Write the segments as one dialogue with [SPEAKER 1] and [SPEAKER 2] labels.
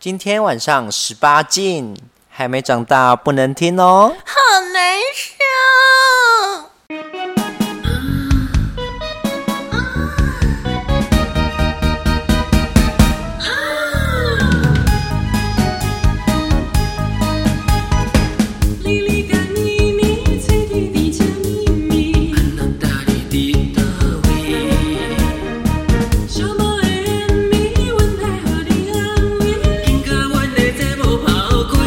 [SPEAKER 1] 今天晚上十八禁，还没长大不能听哦。
[SPEAKER 2] 好难受。
[SPEAKER 3] 哩哩个咪咪，吹笛的叫咪咪，小猫的暗暝，阮来互你安慰，应该阮的节目抛开。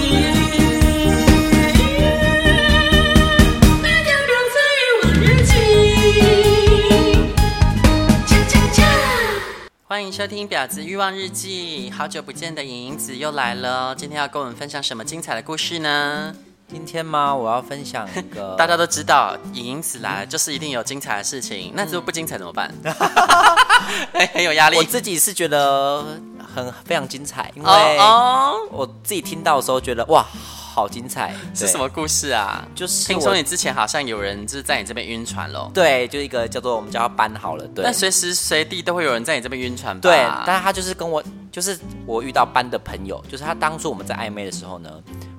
[SPEAKER 3] 那条龙在往日记，恰恰恰。
[SPEAKER 4] 欢迎收听《婊子欲望日记》，好久不见的影影子又来了，今天要跟我们分享什么精彩的故事呢？，
[SPEAKER 1] 今天吗？我要分享一个
[SPEAKER 4] 大家都知道，影影子来了就是一定有精彩的事情，那如果不精彩怎 么办？哎很有压力。
[SPEAKER 1] 我自己是觉得很非常精彩，因为
[SPEAKER 4] 哦哦，
[SPEAKER 1] 我自己听到的时候觉得哇，好精彩。
[SPEAKER 4] 是
[SPEAKER 1] 对
[SPEAKER 4] 什么？故事啊？
[SPEAKER 1] 就是
[SPEAKER 4] 听说
[SPEAKER 1] 我
[SPEAKER 4] 你之前好像有人就是在你这边晕船喽。
[SPEAKER 1] 对，就一个叫做我们叫他班好了，对
[SPEAKER 4] 那。啊随时随地都会有人在你这边晕船吧？
[SPEAKER 1] 对，但是他就是跟我，就是我遇到班的朋友，就是他当初我们在暧昧的时候呢，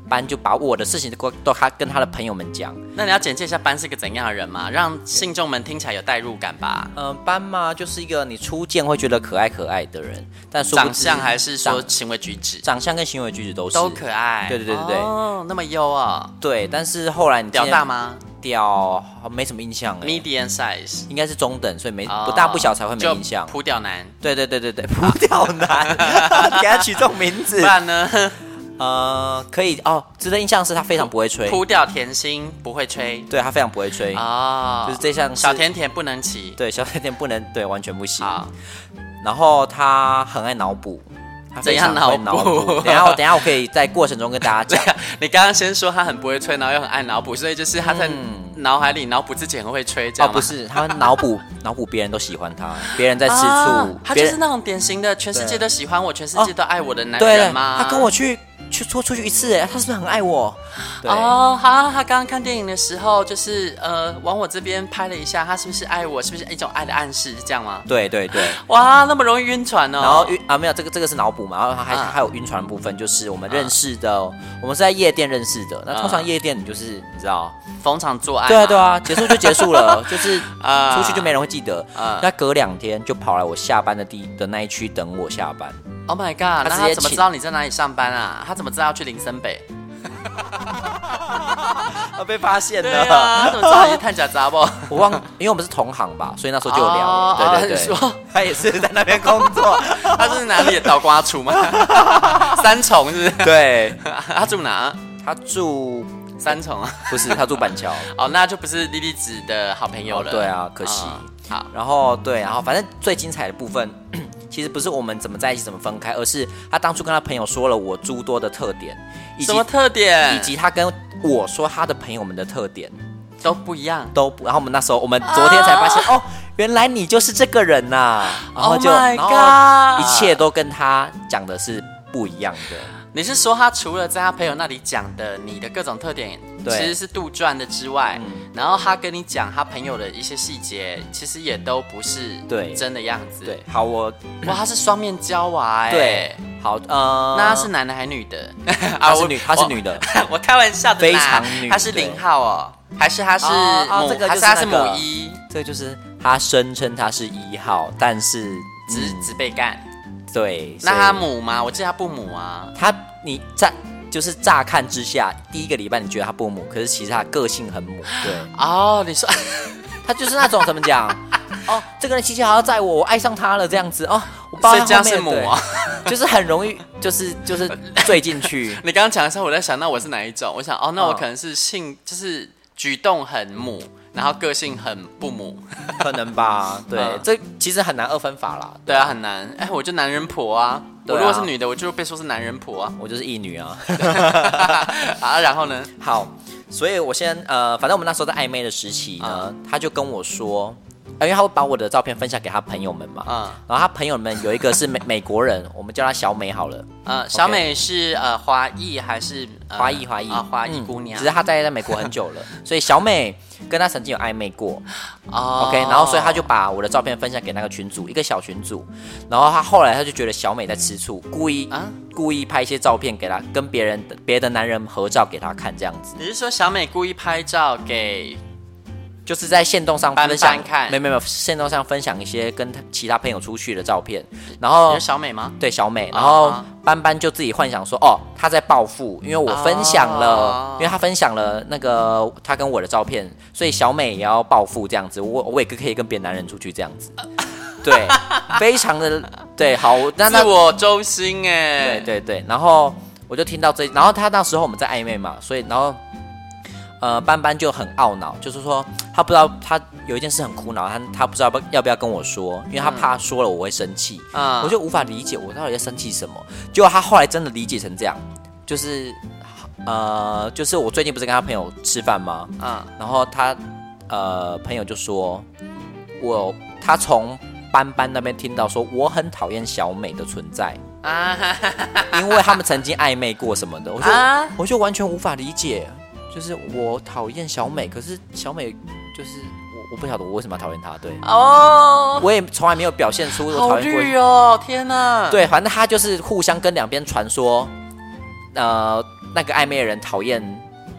[SPEAKER 1] 班就把我的事情都跟都他跟他的朋友们讲，
[SPEAKER 4] 那你要简介一下班是个怎样的人嘛，让信众们听起来有代入感吧？
[SPEAKER 1] 嗯，斑嘛，就是一个你初见会觉得可爱可爱的人，但殊不知
[SPEAKER 4] 长相还是说
[SPEAKER 1] 长
[SPEAKER 4] 行为举止
[SPEAKER 1] 长相跟行为举止都是
[SPEAKER 4] 都可爱？
[SPEAKER 1] 对对对对嗯对
[SPEAKER 4] 哦，那么优啊、
[SPEAKER 1] 对，但是后来你
[SPEAKER 4] 屌
[SPEAKER 1] 见
[SPEAKER 4] 大吗
[SPEAKER 1] 屌没什么印象欸，
[SPEAKER 4] ？Medium size，
[SPEAKER 1] 应该是中等，所以没
[SPEAKER 4] 哦
[SPEAKER 1] 不大不小才会没
[SPEAKER 4] 就
[SPEAKER 1] 印象。
[SPEAKER 4] 普屌男，
[SPEAKER 1] 对对对对 对，普屌男， 给他取这种名
[SPEAKER 4] 不
[SPEAKER 1] 字，
[SPEAKER 4] 然呢？
[SPEAKER 1] 呃，可以哦。值得印象是他非常不会 吹，
[SPEAKER 4] 扑掉甜心不会吹
[SPEAKER 1] 对他非常不会吹，嗯
[SPEAKER 4] 啊，
[SPEAKER 1] 就是这项是
[SPEAKER 4] 小甜甜不能骑。
[SPEAKER 1] 对小甜甜不能对完全不行。
[SPEAKER 4] 好，
[SPEAKER 1] 然后他很爱脑补，他非常
[SPEAKER 4] 怎样
[SPEAKER 1] 会
[SPEAKER 4] 脑补
[SPEAKER 1] 脑等一下我等一下我可以在过程中跟大家 讲。
[SPEAKER 4] 你刚刚先说他很不会吹，然后又很爱脑补，所以就是他在脑海里脑补自己很会吹，
[SPEAKER 1] 嗯
[SPEAKER 4] 这
[SPEAKER 1] 哦，
[SPEAKER 4] 样吗
[SPEAKER 1] 不是，他脑补脑补别人都喜欢他，别人在吃醋，
[SPEAKER 4] 啊他就
[SPEAKER 1] 别
[SPEAKER 4] 是
[SPEAKER 1] 人哦
[SPEAKER 4] 那种典型的全世界都喜欢我，全世界都爱我的男
[SPEAKER 1] 对，
[SPEAKER 4] 人吗？
[SPEAKER 1] 他跟我去去出出去一次，哎，他是不是很爱我？对，
[SPEAKER 4] 哦，好，他刚刚看电影的时候，就是呃，往我这边拍了一下，他是不是爱我？是不是一种爱的暗示？是这样吗？
[SPEAKER 1] 对对对。
[SPEAKER 4] 哇，那么容易晕船哦。
[SPEAKER 1] 然后晕啊没有这个这个是脑补嘛，然后他还、
[SPEAKER 4] 啊
[SPEAKER 1] 还有晕船的部分，就是我们认识的，我们是在夜店认识的。那通常夜店你就是你知道，
[SPEAKER 4] 逢场作案，
[SPEAKER 1] 对啊对，啊，结束就结束 了，就是
[SPEAKER 4] 啊
[SPEAKER 1] 出去就没人会记得。
[SPEAKER 4] 啊
[SPEAKER 1] 那隔两天就跑来我下班的地的那一区等我下班，
[SPEAKER 4] Oh my god！
[SPEAKER 1] 他
[SPEAKER 4] 那
[SPEAKER 1] 直
[SPEAKER 4] 他
[SPEAKER 1] 接
[SPEAKER 4] 怎么
[SPEAKER 1] 请
[SPEAKER 4] 知道你在哪里上班啊？他怎么知道要去林森北？
[SPEAKER 1] 啊被发现
[SPEAKER 4] 对 啊，他怎么知道你是探假杂 不？
[SPEAKER 1] 我忘，因为我们是同行吧，所以那时候就有聊了。
[SPEAKER 4] 哦
[SPEAKER 1] 对对
[SPEAKER 4] 哦
[SPEAKER 1] 对，
[SPEAKER 4] 你说
[SPEAKER 1] 他也是在那边工作。
[SPEAKER 4] 他是哪里的倒瓜厨吗？三重是不是？
[SPEAKER 1] 对，
[SPEAKER 4] 他住哪？
[SPEAKER 1] 他住
[SPEAKER 4] 三重啊？
[SPEAKER 1] 不是他住板 桥，
[SPEAKER 4] 哦，那就不是莉莉子的好朋友了。
[SPEAKER 1] 哦对啊可惜
[SPEAKER 4] 好，
[SPEAKER 1] 然后对，然后反正最精彩的部分， 其实不是我们怎么在一起、怎么分开，而是他当初跟他朋友说了我诸多的特点，以及
[SPEAKER 4] 什么特点？
[SPEAKER 1] 以及他跟我说他的朋友们的特点
[SPEAKER 4] 都不一样。
[SPEAKER 1] 都不。然后我们那时候，我们昨天才发现、哦，原来你就是这个人呐、然后
[SPEAKER 4] 啊 Oh
[SPEAKER 1] 就
[SPEAKER 4] my
[SPEAKER 1] 然后
[SPEAKER 4] god！
[SPEAKER 1] 一切都跟他讲的是不一样的。
[SPEAKER 4] 你是说他除了在他朋友那里讲的你的各种特点，其
[SPEAKER 1] 对嗯
[SPEAKER 4] 实是杜撰的之外，然后他跟你讲他朋友的一些细节，其实也都不是
[SPEAKER 1] 对
[SPEAKER 4] 真的样子。
[SPEAKER 1] 对，，好，我
[SPEAKER 4] 哇，他是双面胶娃哎、
[SPEAKER 1] 对，好，呃，
[SPEAKER 4] 那他是啊哦男的还女的？
[SPEAKER 1] 他是女，他是女的，
[SPEAKER 4] 我， 我开玩笑的
[SPEAKER 1] 非
[SPEAKER 4] 啦，
[SPEAKER 1] 常女
[SPEAKER 4] 他是零号哦，还是他是母？
[SPEAKER 1] 哦哦这个
[SPEAKER 4] 还
[SPEAKER 1] 就是是
[SPEAKER 4] 他是母
[SPEAKER 1] 那个
[SPEAKER 4] 一，
[SPEAKER 1] 这个就是他声称他是一号，但是
[SPEAKER 4] 只
[SPEAKER 1] 嗯
[SPEAKER 4] 只被干？
[SPEAKER 1] 对，所
[SPEAKER 4] 那
[SPEAKER 1] 以
[SPEAKER 4] 他母吗？我记得他不母啊。
[SPEAKER 1] 他你乍就是乍看之下，第一个礼拜你觉得他不母，可是其实他个性很母， 对
[SPEAKER 4] 哦，你说
[SPEAKER 1] 他就是那种怎么 讲？哦，这个人脾气好要载我，我爱上他了这样子哦，我抱在
[SPEAKER 4] 所以
[SPEAKER 1] 后
[SPEAKER 4] 这样
[SPEAKER 1] 面
[SPEAKER 4] 是母啊？
[SPEAKER 1] 对就是很容易，就是
[SPEAKER 4] 。
[SPEAKER 1] 就是坠进去
[SPEAKER 4] 你刚刚讲的时候，我在想，那我是哪一种？我想，哦，那我
[SPEAKER 1] 嗯
[SPEAKER 4] 可能是性，就是举动很母，然后个性很不母。
[SPEAKER 1] 可能吧，对
[SPEAKER 4] 嗯，
[SPEAKER 1] 这其实很难二分法啦。
[SPEAKER 4] 对啊，很难。哎，我就男人婆啊，
[SPEAKER 1] 对
[SPEAKER 4] 我
[SPEAKER 1] 啊
[SPEAKER 4] 如果是女的，我就被说是男人婆啊。
[SPEAKER 1] 我就是一女啊。
[SPEAKER 4] 啊，然后呢？
[SPEAKER 1] 好，所以我先呃，反正我们那时候在暧昧的时期
[SPEAKER 4] 啊
[SPEAKER 1] 呢，他就跟我说，呃因为他会把我的照片分享给他朋友们嘛，
[SPEAKER 4] 嗯
[SPEAKER 1] 然后他朋友们有一个是美 美国人，我们叫他小美好了，
[SPEAKER 4] 呃，小美是呃华裔还是呃
[SPEAKER 1] 华裔华裔
[SPEAKER 4] 啊华裔
[SPEAKER 1] 嗯
[SPEAKER 4] 姑娘？
[SPEAKER 1] 只是她待在美国很久 了，所以小美跟她曾经有暧昧过
[SPEAKER 4] 哦
[SPEAKER 1] ，OK，然后所以她就把我的照片分享给那个群组，一个小群组，然后她后来她就觉得小美在吃醋，故意
[SPEAKER 4] 啊
[SPEAKER 1] 故意拍一些照片给她跟别人的别的男人合照给她看，这样子。
[SPEAKER 4] 你是说小美故意拍照给
[SPEAKER 1] 就是在线动上分
[SPEAKER 4] 翻
[SPEAKER 1] 享
[SPEAKER 4] 翻看
[SPEAKER 1] 没有没有没有线动上分享一些跟他其他朋友出去的照片，然
[SPEAKER 4] 你
[SPEAKER 1] 后
[SPEAKER 4] 是小美吗？
[SPEAKER 1] 对小美，
[SPEAKER 4] 啊
[SPEAKER 1] 然后班班就自己幻想说，哦，她在报复，因为我分享了
[SPEAKER 4] 哦，
[SPEAKER 1] 因为她分享了那个她跟我的照片，所以小美也要报复这样子，我我也可以跟别的男人出去这样子， 对，非常的对，好，那那
[SPEAKER 4] 自我中心
[SPEAKER 1] 对哦
[SPEAKER 4] 哎，
[SPEAKER 1] 对对，然后我就听到这，然后他那时候我们在暧昧嘛，所以然后呃班班就很懊恼，就是说他不知道他有一件事很苦恼，他他不知道要不要不要跟我说，因为他怕说了我会生气，
[SPEAKER 4] 嗯
[SPEAKER 1] 我就无法理解我到底在生气什么。结果他后来真的理解成这样，就是呃就是我最近不是跟他朋友吃饭吗？
[SPEAKER 4] 啊
[SPEAKER 1] 然后他呃朋友就说，我他从班班那边听到说我很讨厌小美的存在。
[SPEAKER 4] 啊哈哈哈
[SPEAKER 1] 因为他们曾经暧昧过什么的，我就、
[SPEAKER 4] 啊
[SPEAKER 1] 我就完全无法理解。就是我讨厌小美，可是小美就是我，我不晓得我为什么要讨厌她。对，
[SPEAKER 4] 哦，
[SPEAKER 1] 我也从来没有表现出我
[SPEAKER 4] 好
[SPEAKER 1] 讨厌过。
[SPEAKER 4] 绿哦，天哪！，
[SPEAKER 1] 对，反正她就是互相跟两边传说，呃，那个暧昧的人讨厌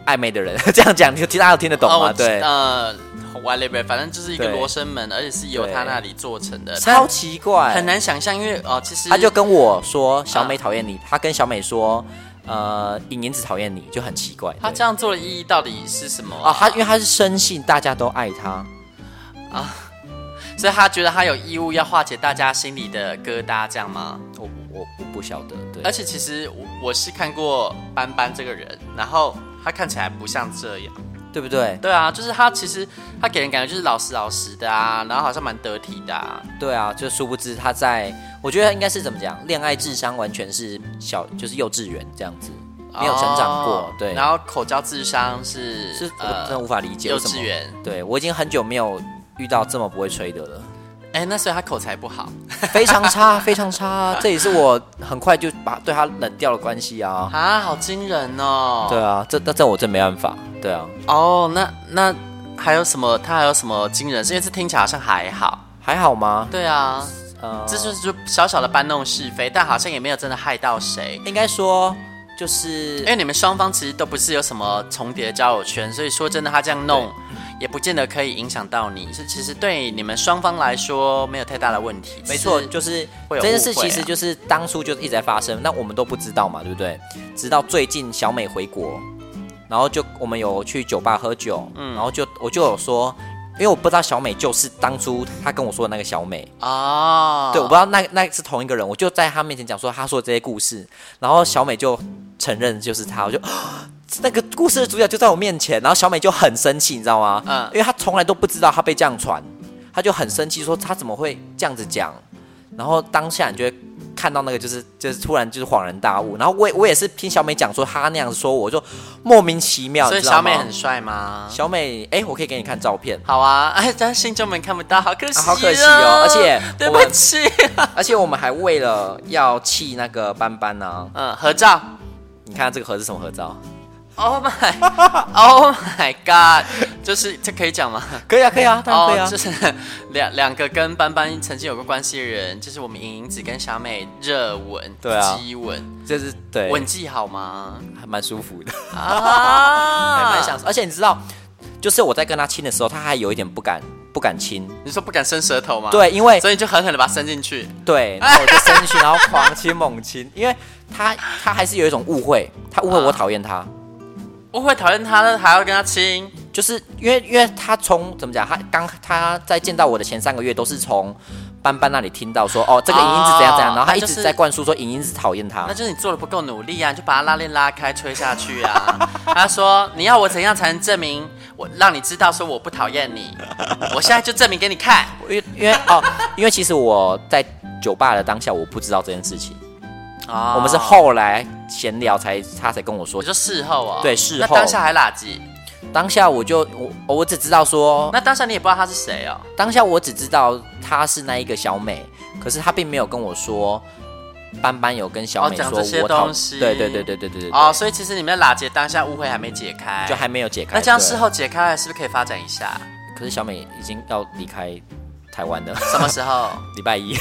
[SPEAKER 1] 暧昧的人， 这样讲就听大家有听得懂
[SPEAKER 4] 哦，
[SPEAKER 1] 吗？
[SPEAKER 4] 我知
[SPEAKER 1] 对，
[SPEAKER 4] 呃，whatever，反正就是一个
[SPEAKER 1] 对
[SPEAKER 4] 罗生门，而且是由他那里做成的，
[SPEAKER 1] 超奇怪，
[SPEAKER 4] 但很难啊想象，因为哦，其实
[SPEAKER 1] 他就跟我说小美讨厌你，他跟小美说，呃，尹银子讨厌你，就很奇怪。
[SPEAKER 4] 他
[SPEAKER 1] 对
[SPEAKER 4] 这样做的意义到底是什么
[SPEAKER 1] 啊，他因为他是深信大家都爱他，
[SPEAKER 4] 所以他觉得他有义务要化解大家心里的疙瘩，这样吗？
[SPEAKER 1] 我我我不晓得，对，
[SPEAKER 4] 而且其实我我是看过斑斑这个人，然后他看起来不像这样。
[SPEAKER 1] 对不对？
[SPEAKER 4] 对啊，就是他其实他给人感觉就是老实老实的啊，然后好像蛮得体的啊。
[SPEAKER 1] 对啊，就殊不知他在，我觉得应该是怎么讲，恋爱智商完全是小，就是幼稚园这样子，没有成长过，
[SPEAKER 4] 哦
[SPEAKER 1] 对，
[SPEAKER 4] 然后口交智商是呃
[SPEAKER 1] 是我真的无法理解
[SPEAKER 4] 幼
[SPEAKER 1] 为什么
[SPEAKER 4] 稚园。
[SPEAKER 1] 对我已经很久没有遇到这么不会吹的了，
[SPEAKER 4] 哎，那所以他口才不好。
[SPEAKER 1] 非常差， 非常差，这也是我很快就把对他冷掉的关系啊，
[SPEAKER 4] 啊，好惊人哦！
[SPEAKER 1] 对啊，这那这我真没办法，对啊，
[SPEAKER 4] 哦，那那还有什么？他还有什么惊人？因为这听起来好像还好。
[SPEAKER 1] 还好吗？
[SPEAKER 4] 对啊，
[SPEAKER 1] 呃，
[SPEAKER 4] 这就是就小小的搬弄是非，但好像也没有真的害到谁。
[SPEAKER 1] 应该说就是
[SPEAKER 4] 因为你们双方其实都不是有什么重叠的交友圈，所以说真的他这样弄，也不见得可以影响到你。是其实对你们双方来说没有太大的问题。
[SPEAKER 1] 没错，
[SPEAKER 4] 只是
[SPEAKER 1] 就是
[SPEAKER 4] 会有
[SPEAKER 1] 这件
[SPEAKER 4] 误
[SPEAKER 1] 事，
[SPEAKER 4] 会
[SPEAKER 1] 其
[SPEAKER 4] 啊
[SPEAKER 1] 实就是当初就是一直在发生，那我们都不知道嘛，对不对？直到最近小美回国，然后就我们有去酒吧喝酒，
[SPEAKER 4] 嗯
[SPEAKER 1] 然后就我就有说，因为我不知道小美就是当初她跟我说的那个小美，
[SPEAKER 4] 哦，
[SPEAKER 1] 对，我不知道那那是同一个人，我就在她面前讲说她说的这些故事，然后小美就承认就是她，我就。
[SPEAKER 4] 嗯
[SPEAKER 1] 那个故事的主角就在我面前，然后小美就很生气，你知道吗？
[SPEAKER 4] 嗯
[SPEAKER 1] 因为她从来都不知道她被这样传，她就很生气，说她怎么会这样子讲？然后当下你就会看到那个，就是就是突然就是恍然大悟。然后我也我也是听小美讲说她那样子说我，就莫名其妙，
[SPEAKER 4] 所以
[SPEAKER 1] 你知道
[SPEAKER 4] 小
[SPEAKER 1] 吗
[SPEAKER 4] 美很帅吗？
[SPEAKER 1] 小美，哎、我可以给你看照片，
[SPEAKER 4] 好啊， 哎，但是信众们看不到，好可惜、
[SPEAKER 1] 啊好可惜哦而且
[SPEAKER 4] 对
[SPEAKER 1] 我们
[SPEAKER 4] 不起，
[SPEAKER 1] 而且我们还为了要气那个斑斑呢、
[SPEAKER 4] 嗯，合照。
[SPEAKER 1] 你看这个盒啊是什么合照？
[SPEAKER 4] Oh my, Oh my God，就是这可以讲吗？哦
[SPEAKER 1] 可以啊，可以啊，当然可以啊。
[SPEAKER 4] 就是 两两个跟班班曾经有过关系的人，就是我们莹莹子跟小美热吻，
[SPEAKER 1] 对啊
[SPEAKER 4] 激吻，
[SPEAKER 1] 这是对，
[SPEAKER 4] 吻技好吗？
[SPEAKER 1] 还蛮舒服的，还
[SPEAKER 4] 啊
[SPEAKER 1] 蛮享受。而且你知道，就是我在跟他亲的时候，他还有一点不敢不敢亲，
[SPEAKER 4] 你说不敢伸舌头吗？，
[SPEAKER 1] 对，因为
[SPEAKER 4] 啊所以你就狠狠的把它伸进去。
[SPEAKER 1] 对，然后我就伸进去，然后狂亲猛 亲，因为他他还是有一种误会，他误会
[SPEAKER 4] 啊
[SPEAKER 1] 我讨厌他，
[SPEAKER 4] 我会讨厌他了，还要跟他亲，
[SPEAKER 1] 就是因为因为他从怎么讲，他刚他在见到我的前三个月都是从班班那里听到说，哦，这个莹莹子怎样怎样，
[SPEAKER 4] 哦
[SPEAKER 1] 然后他一
[SPEAKER 4] 那就
[SPEAKER 1] 直
[SPEAKER 4] 是
[SPEAKER 1] 在灌输说莹莹子讨厌他
[SPEAKER 4] 那，就是你做的不够努力啊！你就把他拉链拉开，吹下去啊！ 他说：“你要我怎样才能证明我让你知道说我不讨厌你？我现在就证明给你看。
[SPEAKER 1] 因为因为哦，因为其实我在酒吧的当下我不知道这件事情，
[SPEAKER 4] 哦
[SPEAKER 1] 我们是后来闲聊才他才跟我说
[SPEAKER 4] 我。就事后啊、
[SPEAKER 1] 对事后
[SPEAKER 4] 那当下还垃圾，
[SPEAKER 1] 当下我就我我只知道说，
[SPEAKER 4] 那当下你也不知道他是谁哦。
[SPEAKER 1] 当下我只知道她是那一个小美，可是她并没有跟我说。班班有跟小美
[SPEAKER 4] 哦
[SPEAKER 1] 说
[SPEAKER 4] 讲这些
[SPEAKER 1] 我讨
[SPEAKER 4] 东西
[SPEAKER 1] 对对对对对对对，
[SPEAKER 4] 哦，
[SPEAKER 1] 对
[SPEAKER 4] 所以其实你们的垃圾当下误会还没解开，
[SPEAKER 1] 就还没有解开。
[SPEAKER 4] 那这样
[SPEAKER 1] 对
[SPEAKER 4] 事后解开了，是不是可以发展一下？
[SPEAKER 1] 可是小美已经要离开台湾 了，
[SPEAKER 4] 什么 时候？
[SPEAKER 1] 礼拜一。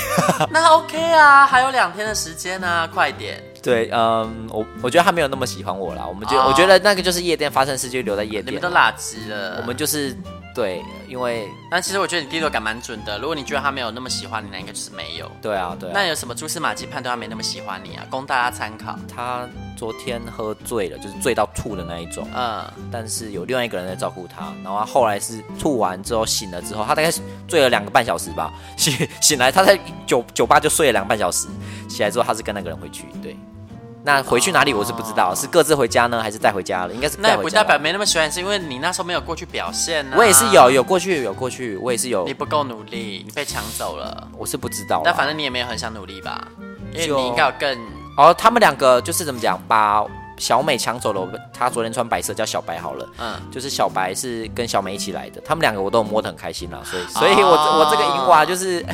[SPEAKER 4] 那 OK 啊，还有两天的时间啊，快点。
[SPEAKER 1] 对，嗯，我我觉得她没有那么喜欢我啦。我们就、
[SPEAKER 4] 哦
[SPEAKER 1] 我觉得那个就是夜店发生事就留在夜
[SPEAKER 4] 你
[SPEAKER 1] 店
[SPEAKER 4] 们
[SPEAKER 1] 啦，
[SPEAKER 4] 都垃圾了，
[SPEAKER 1] 啊我们就是对，因为
[SPEAKER 4] 但其实我觉得你第六感蛮准的。如果你觉得他没有那么喜欢你，那应该就是没有。
[SPEAKER 1] 对啊对啊。
[SPEAKER 4] 那有什么蛛丝马迹判断他没那么喜欢你啊？供大家参考。
[SPEAKER 1] 她昨天喝醉了，就是醉到吐的那一种，
[SPEAKER 4] 嗯，
[SPEAKER 1] 但是有另外一个人在照顾她。然后她后来是吐完之后醒了之后，她大概醉了两个半小时吧， 醒醒来她在酒酒吧就睡了两个半小时，起来之后她是跟那个人回去，对。那回去哪里我是不知道，是各自回家呢，还是带回家了？应该是
[SPEAKER 4] 啊那也
[SPEAKER 1] 带回
[SPEAKER 4] 不
[SPEAKER 1] 家
[SPEAKER 4] 代
[SPEAKER 1] 了
[SPEAKER 4] 表没那么喜欢，是因为你那时候没有过去表现、啊。
[SPEAKER 1] 我也是有，有过去有过去，我也是有
[SPEAKER 4] 你，不够努力，你被抢走了。
[SPEAKER 1] 我是不知道啦。
[SPEAKER 4] 但反正你也没有很想努力吧？因为
[SPEAKER 1] 就
[SPEAKER 4] 你应该有更
[SPEAKER 1] 哦，他们两个就是怎么讲，把小美抢走了。我她昨天穿白色叫小白好了，
[SPEAKER 4] 嗯，
[SPEAKER 1] 就是小白是跟小美一起来的，他们两个我都有摸得很开心啦，所以所以我我这个银娃就是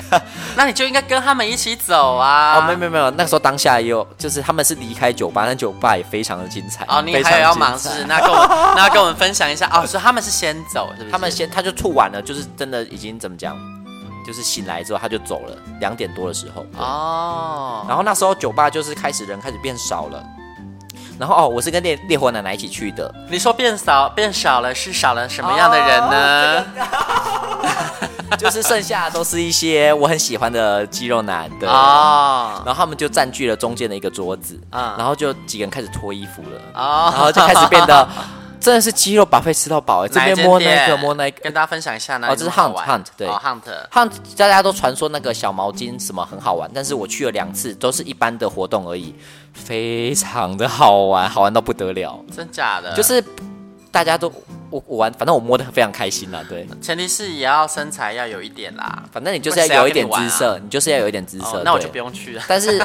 [SPEAKER 4] 那你就应该跟他们一起走 啊。
[SPEAKER 1] 哦，没有没有没有，那时候当下也有，就是他们是离开酒吧，但酒吧也非常的精彩
[SPEAKER 4] 哦，你
[SPEAKER 1] 非常
[SPEAKER 4] 还有要
[SPEAKER 1] 精彩
[SPEAKER 4] 忙是不是？那跟我们 那跟我们分享一下哦，所以他们是先走是不是？
[SPEAKER 1] 他们先他就吐完了，就是真的已经怎么讲，就是醒来之后他就走了，两点多的时候对
[SPEAKER 4] 哦，
[SPEAKER 1] 然后那时候酒吧就是开始人开始变少了，然后哦，我是跟烈烈火奶奶一起去的，
[SPEAKER 4] 你说变少变少了是少了什么样的人呢？
[SPEAKER 1] 就是剩下的都是一些我很喜欢的肌肉男，对。
[SPEAKER 4] 哦
[SPEAKER 1] 然后他们就占据了中间的一个桌子，
[SPEAKER 4] 嗯
[SPEAKER 1] 然后就几个人开始脱衣服了，
[SPEAKER 4] 哦，
[SPEAKER 1] 然后就开始变 得真的是肌肉把费吃到饱、欸，这
[SPEAKER 4] 哪一
[SPEAKER 1] 边
[SPEAKER 4] 间
[SPEAKER 1] 摸那个
[SPEAKER 4] 店
[SPEAKER 1] 摸那个
[SPEAKER 4] 跟。大家分享一下呢。
[SPEAKER 1] 哦这是
[SPEAKER 4] 有什么好玩
[SPEAKER 1] Hunt，Hunt，对
[SPEAKER 4] 哦 Hunt，
[SPEAKER 1] 他们大家都传说那个小毛巾什么很好玩，但是我去了两次，都是一般的活动而已，非常的好玩，好玩到不得了。
[SPEAKER 4] 真假的？
[SPEAKER 1] 就是大家都我我玩，反正我摸的非常开心啦，对。
[SPEAKER 4] 前提是也要身材要有一点啦。
[SPEAKER 1] 嗯反正你就是要有一点姿
[SPEAKER 4] 谁要
[SPEAKER 1] 色，你啊就是要有一点姿色。
[SPEAKER 4] 哦，那我
[SPEAKER 1] 对
[SPEAKER 4] 就不。用去了。
[SPEAKER 1] 但是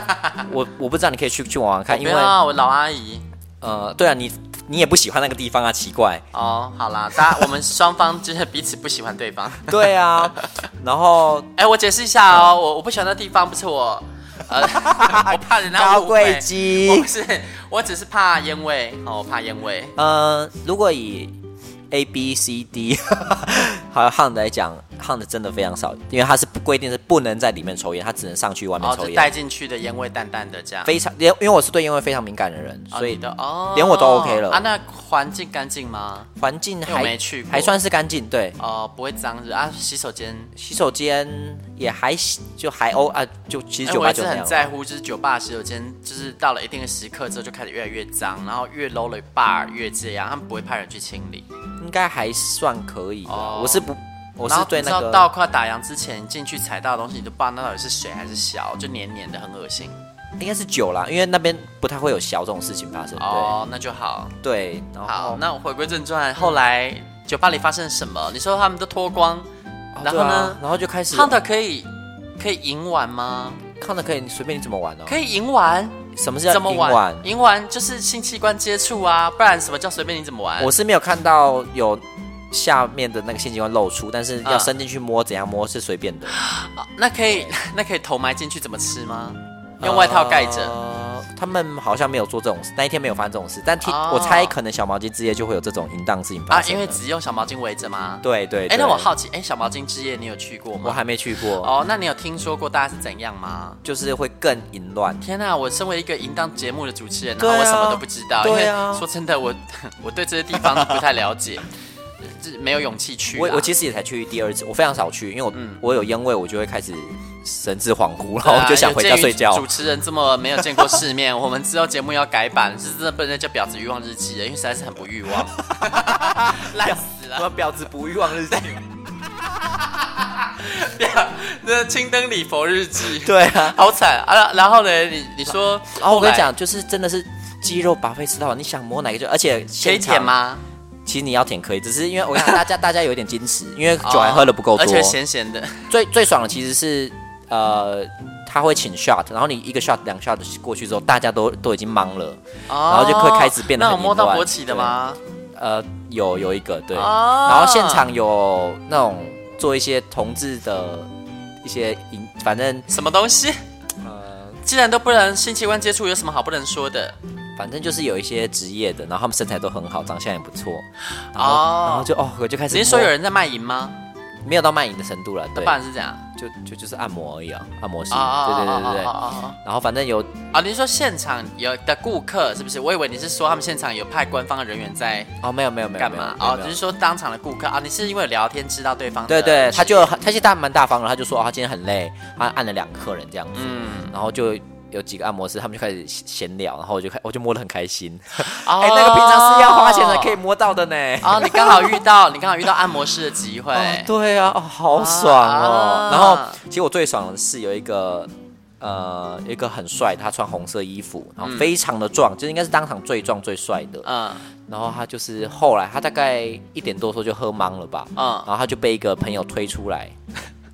[SPEAKER 1] 我我不知道你可以去去玩玩看，因
[SPEAKER 4] 不
[SPEAKER 1] 为
[SPEAKER 4] 用啊，我老阿姨。
[SPEAKER 1] 呃，对啊，你你也不喜欢那个地方啊，奇怪。
[SPEAKER 4] 哦，好啦，大家我们双方就是彼此不喜欢对方。
[SPEAKER 1] 对啊，然后
[SPEAKER 4] 哎，我解释一下
[SPEAKER 1] 嗯
[SPEAKER 4] 哦，我我不喜欢那地方，不是我， 呃，我怕人家
[SPEAKER 1] 高
[SPEAKER 4] 误会
[SPEAKER 1] 贵。鸡
[SPEAKER 4] 我不是，我只是怕烟味，哦，我怕烟味。
[SPEAKER 1] 呃，如果以 A B C D 还有 Hunt 来讲，Hunt 真的非常少，因为它是规定是不能在里面抽烟，他只能上去外面
[SPEAKER 4] 哦，
[SPEAKER 1] 抽
[SPEAKER 4] 就
[SPEAKER 1] 烟。
[SPEAKER 4] 带进去的烟味淡淡的这样。
[SPEAKER 1] 非常，因为因为我是对烟味非常敏感的人，
[SPEAKER 4] 哦
[SPEAKER 1] 所以
[SPEAKER 4] 你的哦，
[SPEAKER 1] 连我都 OK 了
[SPEAKER 4] 啊。那环境干净吗？
[SPEAKER 1] 环境
[SPEAKER 4] 因为我
[SPEAKER 1] 还
[SPEAKER 4] 没去过
[SPEAKER 1] 还算是干净，对。
[SPEAKER 4] 哦，不会脏是不是啊？洗手间，
[SPEAKER 1] 洗手间也还行就还欧啊，就其实
[SPEAKER 4] 哎
[SPEAKER 1] 酒
[SPEAKER 4] 我
[SPEAKER 1] 吧
[SPEAKER 4] 一
[SPEAKER 1] 就
[SPEAKER 4] 直
[SPEAKER 1] 那
[SPEAKER 4] 很
[SPEAKER 1] 样。
[SPEAKER 4] 在乎，就是酒吧的洗手间，就是到了一定的时刻之后就开始越来越脏，然后越 low 的 bar 越这样，他们不会派人去清理。
[SPEAKER 1] 应该还算可以的。
[SPEAKER 4] 哦
[SPEAKER 1] 我是不，我
[SPEAKER 4] 然
[SPEAKER 1] 是
[SPEAKER 4] 后
[SPEAKER 1] 对
[SPEAKER 4] 你知
[SPEAKER 1] 那
[SPEAKER 4] 道
[SPEAKER 1] 个
[SPEAKER 4] 到快打烊之前进去踩到的东西，你就不知道那到底是水还是小，就黏黏的，很恶心。
[SPEAKER 1] 应该是酒啦，因为那边不太会有小这种事情发生。
[SPEAKER 4] 哦，那就好。
[SPEAKER 1] 对对，然后
[SPEAKER 4] 好，那我回归正传，后来酒吧里发生了什么？你说他们都脱光，
[SPEAKER 1] 哦
[SPEAKER 4] 然后
[SPEAKER 1] 对啊
[SPEAKER 4] 呢
[SPEAKER 1] 然后就开始
[SPEAKER 4] ，Hunter 可以可以赢完吗？
[SPEAKER 1] 看的可以，你随便你怎么玩哦。
[SPEAKER 4] 可以赢完？
[SPEAKER 1] 什么是
[SPEAKER 4] 怎
[SPEAKER 1] 叫
[SPEAKER 4] 么
[SPEAKER 1] 硬
[SPEAKER 4] 玩
[SPEAKER 1] 玩？？
[SPEAKER 4] 赢完就是性器官接触啊，不然什么叫随便你怎么玩？
[SPEAKER 1] 我是没有看到有下面的那个性器官露出，但是要
[SPEAKER 4] 嗯
[SPEAKER 1] 伸进去摸，怎样摸是随便的。
[SPEAKER 4] 哦那可以
[SPEAKER 1] 哎
[SPEAKER 4] 那可以头埋进去怎么吃吗？ 用外套盖着。啊
[SPEAKER 1] 呃他们好像没有做这种事，那一天没有发生这种事，但听、
[SPEAKER 4] 哦
[SPEAKER 1] 我猜可能小毛巾之夜就会有这种淫荡事情发
[SPEAKER 4] 啊，
[SPEAKER 1] 生
[SPEAKER 4] 因
[SPEAKER 1] 了。
[SPEAKER 4] 为只用小毛巾围着吗？。
[SPEAKER 1] 对对
[SPEAKER 4] 哎，
[SPEAKER 1] 对
[SPEAKER 4] 那我好奇，哎，小毛巾之夜你有去过吗？
[SPEAKER 1] 我还没去过，
[SPEAKER 4] 哦，那你有听说过大家是怎样吗？
[SPEAKER 1] 就是会更淫乱。
[SPEAKER 4] 天呐、我身为一个淫荡节目的主持人，然
[SPEAKER 1] 对啊
[SPEAKER 4] 后我什么都不知道，因为
[SPEAKER 1] 对啊
[SPEAKER 4] 说真的，我 我对这些地方不太了解， 就是没有勇气去啊啦。嗯
[SPEAKER 1] 我我其实也才去第二次，我非常少去，因为我、我有烟味，我就会开始神志恍惚，
[SPEAKER 4] 对啊
[SPEAKER 1] 然后就想回家睡
[SPEAKER 4] 有鉴
[SPEAKER 1] 觉
[SPEAKER 4] 于主。持人这么没有见过世面，我们之后节目要改版，是真的不能叫婊子欲望日记了，因为实在是很不欲望，烂死了。
[SPEAKER 1] 我婊子不欲望日记。
[SPEAKER 4] 那青灯礼佛日记，
[SPEAKER 1] 对啊，
[SPEAKER 4] 好惨啊！然然后呢，你你说，
[SPEAKER 1] 然后我跟你
[SPEAKER 4] 后来，
[SPEAKER 1] 讲，就是真的是鸡肉把费吃到，你想摸哪个就，而且
[SPEAKER 4] 可以
[SPEAKER 1] 现场
[SPEAKER 4] 舔？吗？
[SPEAKER 1] 其实你要舔可以，只是因为我跟你讲大家大家有点矜持，因为酒还喝的不够 多。
[SPEAKER 4] 而且咸咸的。
[SPEAKER 1] 最最爽的其实是呃，他会请 shot，然后你一个 shot 两 shot 过去之后，大家都都已经忙了，
[SPEAKER 4] 哦
[SPEAKER 1] 然后就会开始变得
[SPEAKER 4] 那
[SPEAKER 1] 很
[SPEAKER 4] 有
[SPEAKER 1] 淫
[SPEAKER 4] 摸到
[SPEAKER 1] 乱
[SPEAKER 4] 勃起的吗？
[SPEAKER 1] 呃，有有一个对，
[SPEAKER 4] 哦
[SPEAKER 1] 然后现场有那种做一些同志的一些淫，反正
[SPEAKER 4] 什么东西？既然都不能性器官接触，有什么好不能说的？
[SPEAKER 1] 反正就是有一些职业的，然后他们身材都很好，长相也不错，然后、
[SPEAKER 4] 哦
[SPEAKER 1] 然后就哦，我就开始
[SPEAKER 4] 只是说
[SPEAKER 1] 摸
[SPEAKER 4] 有人在卖淫吗？
[SPEAKER 1] 没有到卖淫的程度了，对
[SPEAKER 4] 不，然是这样。
[SPEAKER 1] 就就就是按摩而已啊，按摩师，
[SPEAKER 4] 哦哦
[SPEAKER 1] 对对
[SPEAKER 4] 哦
[SPEAKER 1] 对对对，
[SPEAKER 4] 哦哦哦
[SPEAKER 1] 然后反正有
[SPEAKER 4] 哦哦，你是说现场有的顾客是不是？我以为你是说他们现场有派官方的人员在
[SPEAKER 1] 哦没有没有没有
[SPEAKER 4] 干
[SPEAKER 1] 没有
[SPEAKER 4] 嘛？
[SPEAKER 1] 没有
[SPEAKER 4] 哦，
[SPEAKER 1] 没有
[SPEAKER 4] 只是说当场的顾客啊，你是因为聊天知道对方的
[SPEAKER 1] 对对，
[SPEAKER 4] 职
[SPEAKER 1] 他就他其实他蛮大方的，他就说、哦、他今天很累，他按了两个客人这样子，
[SPEAKER 4] 嗯
[SPEAKER 1] 然后就有几个按摩师，他们就开始闲聊，然后我就开我就摸得很开心，
[SPEAKER 4] 哦
[SPEAKER 1] 哎、那个平常是要花钱才可以摸到的呢。
[SPEAKER 4] 哦，你刚好遇到 你刚好遇到按摩师的机会，
[SPEAKER 1] 哦对啊，哦，好爽哦！
[SPEAKER 4] 啊
[SPEAKER 1] 然后，其实我最爽的是有一个，呃，有一个很帅，他穿红色衣服，然后非常的壮，就是应该是当场最壮最帅的。
[SPEAKER 4] 嗯
[SPEAKER 1] 然后他就是后来他大概一点多的时候就喝懵了吧，
[SPEAKER 4] 嗯
[SPEAKER 1] 然后他就被一个朋友推出来，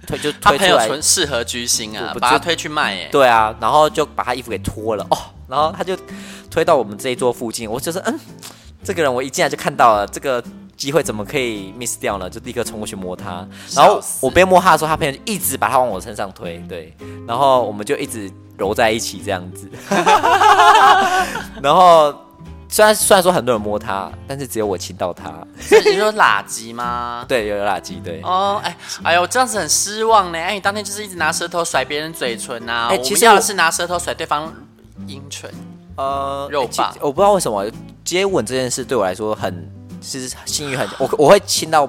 [SPEAKER 1] 推就
[SPEAKER 4] 他
[SPEAKER 1] 推
[SPEAKER 4] 朋
[SPEAKER 1] 出
[SPEAKER 4] 友
[SPEAKER 1] 来，
[SPEAKER 4] 纯适合居心啊
[SPEAKER 1] 我，不
[SPEAKER 4] 把他
[SPEAKER 1] 知
[SPEAKER 4] 推去卖耶。
[SPEAKER 1] 对啊，然后就把他衣服给脱了哦，然后他就推到我们这一桌附近，我就是嗯，这个人我一进来就看到了，这个机会怎么可以 miss 掉呢？就立刻冲过去摸他，然后
[SPEAKER 4] 笑死
[SPEAKER 1] 我边摸他的时候，他朋友就一直把他往我身上推，对，然后我们就一直揉在一起这样 子，然后虽然虽然说很多人摸他，但是只有我亲到他，
[SPEAKER 4] 所以你说垃圾吗？
[SPEAKER 1] 对，有有垃圾，对。
[SPEAKER 4] 哦，哎，哎呦，这样子很失望呢。哎，你当天就是一直拿舌头甩别人嘴唇啊。
[SPEAKER 1] 哎
[SPEAKER 4] 我
[SPEAKER 1] 其
[SPEAKER 4] 们
[SPEAKER 1] 实
[SPEAKER 4] 要
[SPEAKER 1] 我
[SPEAKER 4] 的是拿舌头甩对方阴唇。
[SPEAKER 1] 呃
[SPEAKER 4] 嗯肉
[SPEAKER 1] 其
[SPEAKER 4] 棒
[SPEAKER 1] 我不知道为什么接吻这件事对我来说很是性欲 很，我我会亲到